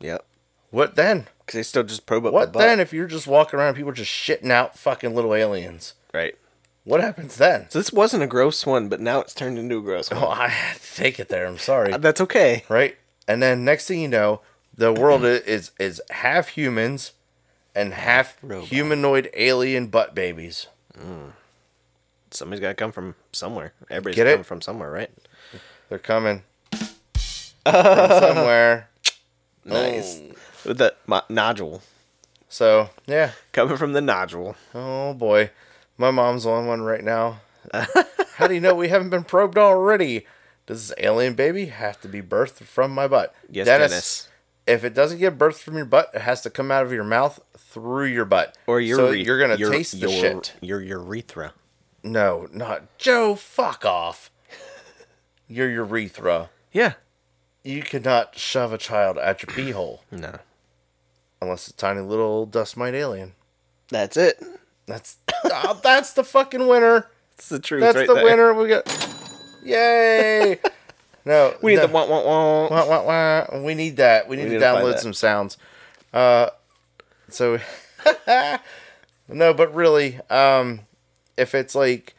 Speaker 4: Yep.
Speaker 3: What then?
Speaker 4: Because they still just probe up.
Speaker 3: What
Speaker 4: the butt.
Speaker 3: then if you're just walking around, and people are just shitting out fucking little aliens?
Speaker 4: Right.
Speaker 3: What happens then?
Speaker 4: So this wasn't a gross one, but now it's turned into a gross one.
Speaker 3: Oh, I had to take it there. I'm sorry.
Speaker 4: That's okay.
Speaker 3: Right? And then next thing you know, the world i- is is half humans and half
Speaker 4: Robot.
Speaker 3: humanoid alien butt babies.
Speaker 4: Somebody's got to come from somewhere. Everybody's
Speaker 3: Get it?
Speaker 4: coming from somewhere, right?
Speaker 3: They're coming from somewhere.
Speaker 4: Nice. With the mo- nodule
Speaker 3: So yeah,
Speaker 4: coming from the nodule.
Speaker 3: Oh boy, my mom's on one right now. How do you know we haven't been probed already? Does this alien baby have to be birthed from my butt?
Speaker 4: Yes, Dennis.
Speaker 3: If it doesn't get birthed from your butt, it has to come out of your mouth through your butt.
Speaker 4: Or your
Speaker 3: so
Speaker 4: ure-
Speaker 3: you're gonna
Speaker 4: your-
Speaker 3: taste the
Speaker 4: your-
Speaker 3: shit.
Speaker 4: Your urethra.
Speaker 3: No, not Joe. Fuck off. Your urethra.
Speaker 4: Yeah.
Speaker 3: You cannot shove a child at your pee hole
Speaker 4: No.
Speaker 3: unless it's a tiny little dust mite alien.
Speaker 4: That's it.
Speaker 3: That's Ah, that's the fucking winner.
Speaker 4: That's the truth.
Speaker 3: That's
Speaker 4: right
Speaker 3: the
Speaker 4: there.
Speaker 3: winner. We got yay. no,
Speaker 4: We need
Speaker 3: no.
Speaker 4: the wah wah wah.
Speaker 3: Wah, wah, wah. We need that. We need,
Speaker 4: need
Speaker 3: to
Speaker 4: to find
Speaker 3: download
Speaker 4: that.
Speaker 3: some sounds. Uh, so no, but really, um, if it's like,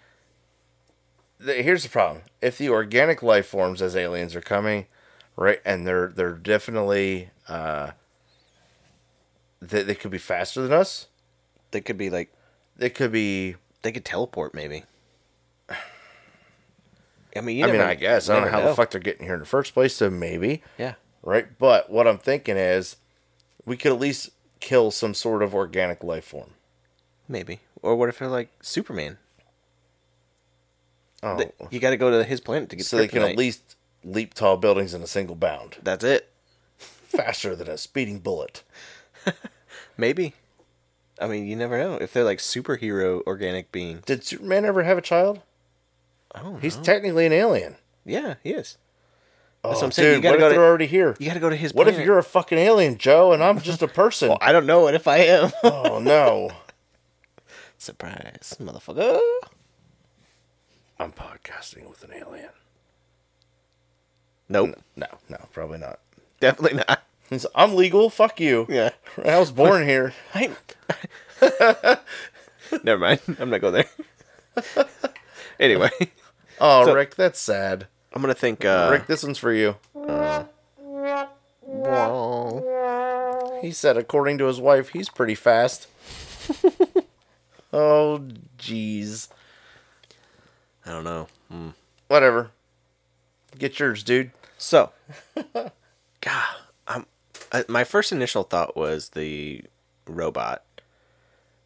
Speaker 3: the, here's the problem: if the organic life forms as aliens are coming, right, and they're they're definitely uh, they, they could be faster than us.
Speaker 4: They could be like
Speaker 3: They could be
Speaker 4: they could teleport maybe. I mean, you
Speaker 3: I mean,
Speaker 4: never-
Speaker 3: I guess. I don't know
Speaker 4: never
Speaker 3: how the fuck they're getting here in the first place, so maybe.
Speaker 4: Yeah.
Speaker 3: Right? But what I'm thinking is we could at least kill some sort of organic life form.
Speaker 4: Maybe. Or what if they're like Superman?
Speaker 3: Oh.
Speaker 4: Th- You got to go to his planet to get
Speaker 3: so they can
Speaker 4: kryptonite.
Speaker 3: at least leap tall buildings in a single bound
Speaker 4: That's it.
Speaker 3: faster than a speeding bullet.
Speaker 4: Maybe. I mean, you never know if they're like superhero organic being.
Speaker 3: Did Superman ever have a child?
Speaker 4: Oh,
Speaker 3: He's technically an alien.
Speaker 4: yeah, he is.
Speaker 3: That's
Speaker 4: what I'm saying. You
Speaker 3: Dude,
Speaker 4: gotta
Speaker 3: what
Speaker 4: go
Speaker 3: if
Speaker 4: to-
Speaker 3: they're already here?
Speaker 4: You got to go to his.
Speaker 3: What if
Speaker 4: planet.
Speaker 3: you're a fucking alien, Joe, and I'm just a person?
Speaker 4: I don't know. What if I am?
Speaker 3: oh, no.
Speaker 4: Surprise, motherfucker!
Speaker 3: I'm podcasting with an alien.
Speaker 4: Nope,
Speaker 3: No, no, probably not.
Speaker 4: definitely not.
Speaker 3: He's, I'm legal. Fuck you.
Speaker 4: Yeah,
Speaker 3: I was born here.
Speaker 4: I. never mind. I'm not going there. anyway,
Speaker 3: Oh, Rick, that's sad.
Speaker 4: I'm gonna think. Uh,
Speaker 3: Rick, this one's for you. He said, according to his wife, he's pretty fast. oh, jeez.
Speaker 4: I don't know.
Speaker 3: Whatever. Get yours, dude.
Speaker 4: So, God, I'm, I, my first initial thought was the robot,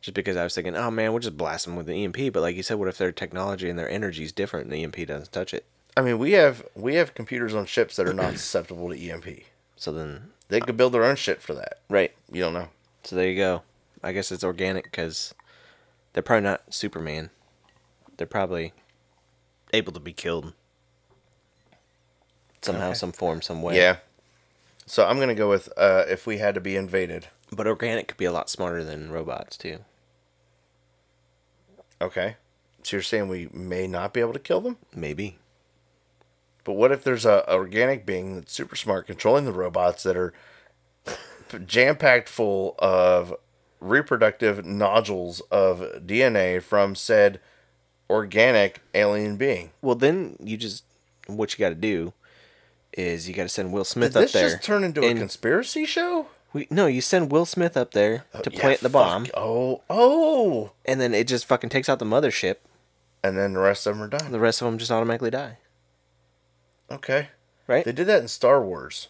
Speaker 4: just because I was thinking, oh man, we'll just blast them with an EMP. But like you said, what if their technology and their energy is different and the EMP doesn't touch it?
Speaker 3: I mean, we have we have computers on ships that are not susceptible to EMP.
Speaker 4: So then,
Speaker 3: They could build their own shit for that.
Speaker 4: right.
Speaker 3: You don't know.
Speaker 4: So there you go. I guess it's organic because they're probably not Superman. They're probably able to be killed somehow, some form, some way.
Speaker 3: Yeah. So I'm gonna go with uh, if we had to be invaded.
Speaker 4: But organic could be a lot smarter than robots too.
Speaker 3: Okay. So you're saying we may not be able to kill them?
Speaker 4: Maybe.
Speaker 3: But what if there's a a organic being that's super smart controlling the robots that are jam packed full of reproductive nodules of DNA from said organic alien being.
Speaker 4: Well, then you just what you got to do is you got to send Will Smith
Speaker 3: Did
Speaker 4: up
Speaker 3: this
Speaker 4: there.
Speaker 3: just turn into
Speaker 4: and-
Speaker 3: a conspiracy show?
Speaker 4: we, no, you send Will Smith up there to
Speaker 3: Yeah,
Speaker 4: plant the
Speaker 3: fuck.
Speaker 4: bomb,
Speaker 3: Oh, oh.
Speaker 4: and then it just fucking takes out the mothership.
Speaker 3: And then the rest of them are
Speaker 4: The
Speaker 3: done.
Speaker 4: rest of them just automatically die,
Speaker 3: Okay.
Speaker 4: right?
Speaker 3: They did that in Star Wars.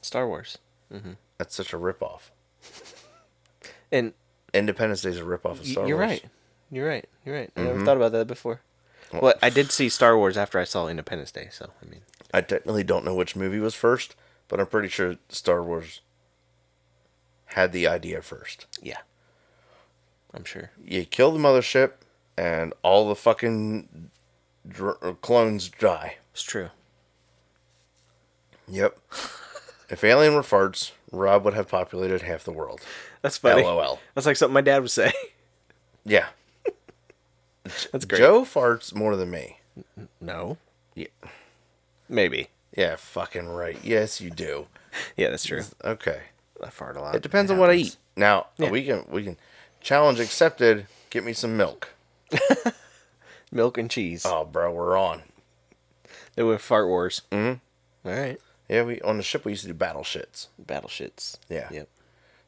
Speaker 4: Star Wars,
Speaker 3: That's such a ripoff.
Speaker 4: and
Speaker 3: Independence Day is a ripoff of
Speaker 4: y-
Speaker 3: Star
Speaker 4: you're
Speaker 3: Wars. Mm-hmm.
Speaker 4: right. You're right. You're right. I never thought about that before. Well, I did see Star Wars after I saw Independence Day, so I mean,
Speaker 3: I technically don't know which movie was first, but I'm pretty sure Star Wars had the idea first.
Speaker 4: yeah, I'm sure.
Speaker 3: You kill the mothership, and all the fucking dr- clones die.
Speaker 4: It's true.
Speaker 3: Yep. if alien were farts, Rob would have populated half the world.
Speaker 4: That's funny.
Speaker 3: LOL.
Speaker 4: That's like something my dad would say.
Speaker 3: Yeah.
Speaker 4: That's great.
Speaker 3: Joe farts more than me.
Speaker 4: No.
Speaker 3: Yeah.
Speaker 4: Maybe.
Speaker 3: Yeah, fucking right. Yes, you do.
Speaker 4: Yeah, that's true.
Speaker 3: Okay.
Speaker 4: I fart a lot.
Speaker 3: It depends on what I
Speaker 4: happens.
Speaker 3: eat. Now
Speaker 4: Yeah.
Speaker 3: we can we can challenge accepted. Get me some milk.
Speaker 4: Milk and cheese.
Speaker 3: Oh, bro, we're on.
Speaker 4: They were fart wars. Mm-hmm. All right.
Speaker 3: Yeah, we on the ship we used to do battle shits.
Speaker 4: Battle shits.
Speaker 3: Yeah.
Speaker 4: Yep.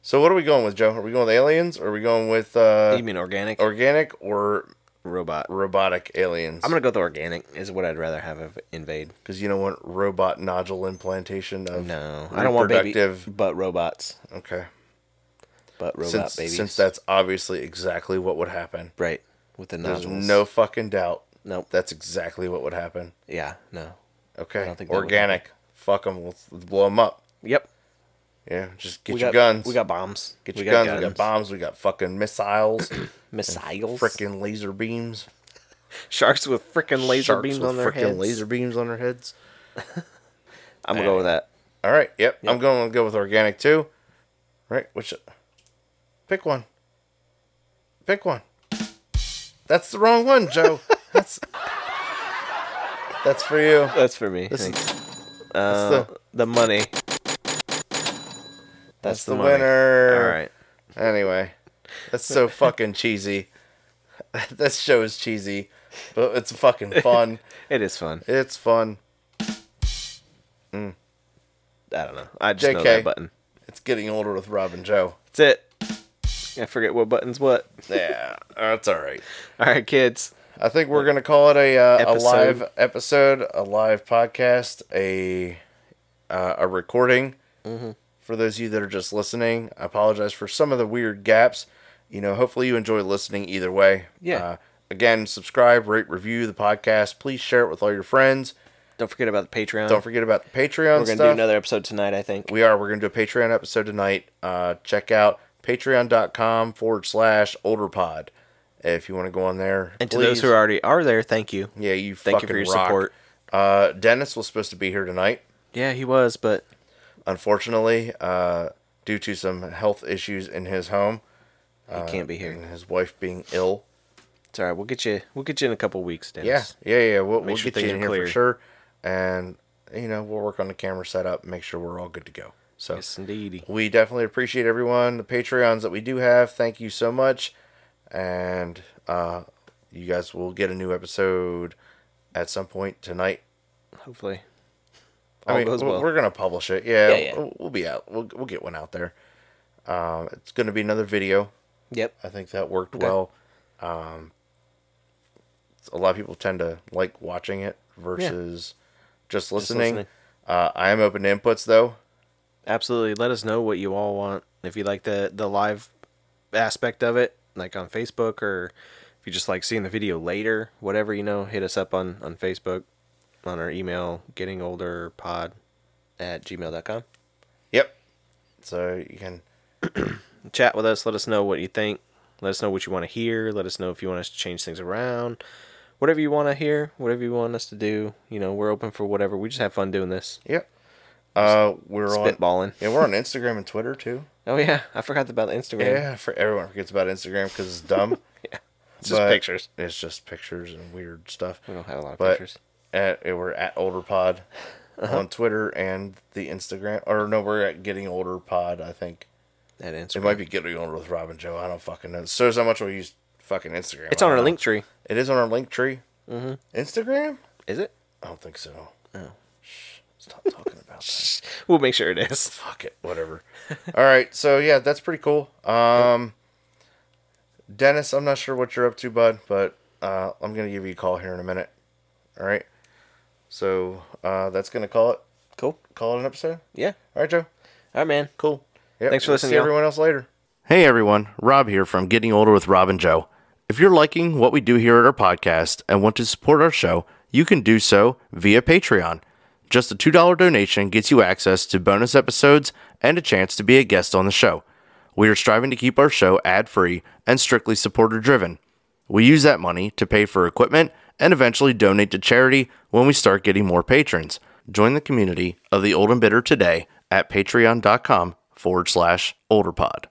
Speaker 3: So what are we going with, Joe? Are we going with aliens? Or are we going with uh,
Speaker 4: you mean organic
Speaker 3: organic or
Speaker 4: robot?
Speaker 3: robotic aliens?
Speaker 4: I'm gonna go with organic. Is what I'd rather have of invade.
Speaker 3: because you don't want robot nodule implantation of
Speaker 4: No, I don't want baby,
Speaker 3: reproductive-
Speaker 4: but robots,
Speaker 3: Okay,
Speaker 4: but robot
Speaker 3: since
Speaker 4: babies.
Speaker 3: since that's obviously exactly what would happen.
Speaker 4: right with the
Speaker 3: There's
Speaker 4: nodules.
Speaker 3: no fucking doubt.
Speaker 4: Nope.
Speaker 3: That's exactly what would happen.
Speaker 4: Yeah. No.
Speaker 3: Okay,
Speaker 4: don't think that would
Speaker 3: organic. Fuck them. Let's, let's blow them up.
Speaker 4: Yep.
Speaker 3: Yeah, just get
Speaker 4: we
Speaker 3: your
Speaker 4: got
Speaker 3: guns.
Speaker 4: We got bombs.
Speaker 3: get
Speaker 4: we
Speaker 3: your guns. We got bombs. We got fucking missiles,
Speaker 4: Missiles.
Speaker 3: freaking laser beams.
Speaker 4: sharks with freaking laser
Speaker 3: Sharks
Speaker 4: beams
Speaker 3: with
Speaker 4: on their
Speaker 3: frickin'
Speaker 4: heads.
Speaker 3: Laser beams on their heads.
Speaker 4: I'm gonna go with that.
Speaker 3: All right. Yep. I'm going to go with organic too. Right. Which? Pick one. Pick one. That's the wrong one, Joe. that's that's for you.
Speaker 4: That's for me.
Speaker 3: This is,
Speaker 4: Thanks.
Speaker 3: that's
Speaker 4: Uh,
Speaker 3: the-
Speaker 4: the, money.
Speaker 3: the,
Speaker 4: money.
Speaker 3: winner.
Speaker 4: All right.
Speaker 3: Anyway, that's so fucking cheesy. this show is cheesy, but it's fucking fun.
Speaker 4: It is fun.
Speaker 3: it's fun.
Speaker 4: I don't know. I just know
Speaker 3: JK.
Speaker 4: that button.
Speaker 3: It's getting older with Rob and Joe.
Speaker 4: That's it. I forget what button's what.
Speaker 3: Yeah, that's all right.
Speaker 4: All right, kids.
Speaker 3: I think we're gonna call it a uh, a
Speaker 4: Episode.
Speaker 3: live episode, a live podcast, a uh, a recording.
Speaker 4: Mm-hmm.
Speaker 3: For those of you that are just listening, I apologize for some of the weird gaps. You know, hopefully you enjoy listening either way.
Speaker 4: Yeah.
Speaker 3: Uh, again, subscribe, rate, review the podcast. Please share it with all your friends.
Speaker 4: Don't forget about the Patreon.
Speaker 3: Don't forget about the Patreon
Speaker 4: We're gonna do
Speaker 3: stuff.
Speaker 4: another episode tonight. I think.
Speaker 3: We are. We're going to do a Patreon episode tonight. Uh, check out patreon.com forward slash olderpod if you want to go on there.
Speaker 4: and to those who already are there, thank you.
Speaker 3: yeah, you
Speaker 4: Thank you
Speaker 3: fucking
Speaker 4: for your
Speaker 3: rock.
Speaker 4: support.
Speaker 3: Uh, Dennis was supposed to be here tonight.
Speaker 4: Yeah, he was, but
Speaker 3: Unfortunately, uh, due to some health issues in his home
Speaker 4: he
Speaker 3: Uh,
Speaker 4: can't be
Speaker 3: and
Speaker 4: here.
Speaker 3: his wife being ill.
Speaker 4: It's all right. We'll get you. We'll get you in a couple weeks,
Speaker 3: Yeah,
Speaker 4: Dennis.
Speaker 3: yeah, yeah. We'll, we'll
Speaker 4: sure
Speaker 3: get you
Speaker 4: things
Speaker 3: in
Speaker 4: are
Speaker 3: here
Speaker 4: clear.
Speaker 3: for sure. And, you know, we'll work on the camera setup, make sure we're all good to go. So,
Speaker 4: Yes, indeedy.
Speaker 3: we definitely appreciate everyone the patreons that we do have thank you so much and uh you guys will get a new episode at some point tonight
Speaker 4: Hopefully,
Speaker 3: i
Speaker 4: All
Speaker 3: mean
Speaker 4: goes
Speaker 3: we're-
Speaker 4: well.
Speaker 3: we're gonna publish it yeah,
Speaker 4: Yeah, yeah.
Speaker 3: We'll, we'll be out we'll, we'll get one out there um it's gonna be another video
Speaker 4: yep.
Speaker 3: i think that worked well um a lot of people tend to like watching it versus just listening,
Speaker 4: listening.
Speaker 3: Uh, i am open to inputs though
Speaker 4: Absolutely. Let us know what you all want. If you like the the live aspect of it, like on Facebook, or if you just like seeing the video later, whatever you know, hit us up on on Facebook, on our email, gettingolderpod at gmail.com.
Speaker 3: yep so you can
Speaker 4: Chat with us. Let us know what you think. Let us know what you want to hear. Let us know if you want us to change things around. Whatever you want to hear, whatever you want us to do, you know, we're open for whatever. We just have fun doing this.
Speaker 3: Yep. Uh, we're on.
Speaker 4: Spitballing.
Speaker 3: Yeah, we're on Instagram and Twitter too.
Speaker 4: Oh, yeah. I forgot about the Instagram.
Speaker 3: Yeah, for everyone forgets about Instagram because it's dumb.
Speaker 4: it's just
Speaker 3: but
Speaker 4: pictures.
Speaker 3: It's just pictures and weird stuff.
Speaker 4: We don't have a lot of
Speaker 3: But
Speaker 4: pictures.
Speaker 3: at, we're at Older Pod. on Twitter and the Instagram. Or no, we're at Getting Older Pod, I think.
Speaker 6: That answer.
Speaker 3: It might be Getting Older with Rob and Joe. I don't fucking know. So how much we use fucking Instagram.
Speaker 6: It's
Speaker 3: I
Speaker 6: on our
Speaker 3: don't know.
Speaker 6: link tree.
Speaker 3: It is on our link tree. Mm-hmm. Instagram?
Speaker 6: Is it?
Speaker 3: I don't think so. Shh, Stop talking about that.
Speaker 6: We'll make sure it is.
Speaker 3: Fuck it. Whatever. All right. So yeah, that's pretty cool. Um, Dennis, I'm not sure what you're up to, bud, but uh, I'm gonna give you a call here in a minute. All right. So uh, that's gonna call it.
Speaker 6: Cool.
Speaker 3: Call it an episode.
Speaker 6: Yeah.
Speaker 3: All right, Joe.
Speaker 6: All right, man.
Speaker 3: Cool. Yep,
Speaker 6: Thanks for
Speaker 3: we'll
Speaker 6: listening,
Speaker 3: See
Speaker 6: y'all.
Speaker 3: everyone else later. Hey everyone, Rob here from Getting Older with Rob and Joe. If you're liking what we do here at our podcast and want to support our show, you can do so via Patreon. Just a $2 donation gets you access to bonus episodes and a chance to be a guest on the show. We are striving to keep our show ad free and strictly supporter driven. We use that money to pay for equipment and eventually donate to charity when we start getting more patrons. Join the community of the Old and Bitter today at patreon.com forward slash olderpod.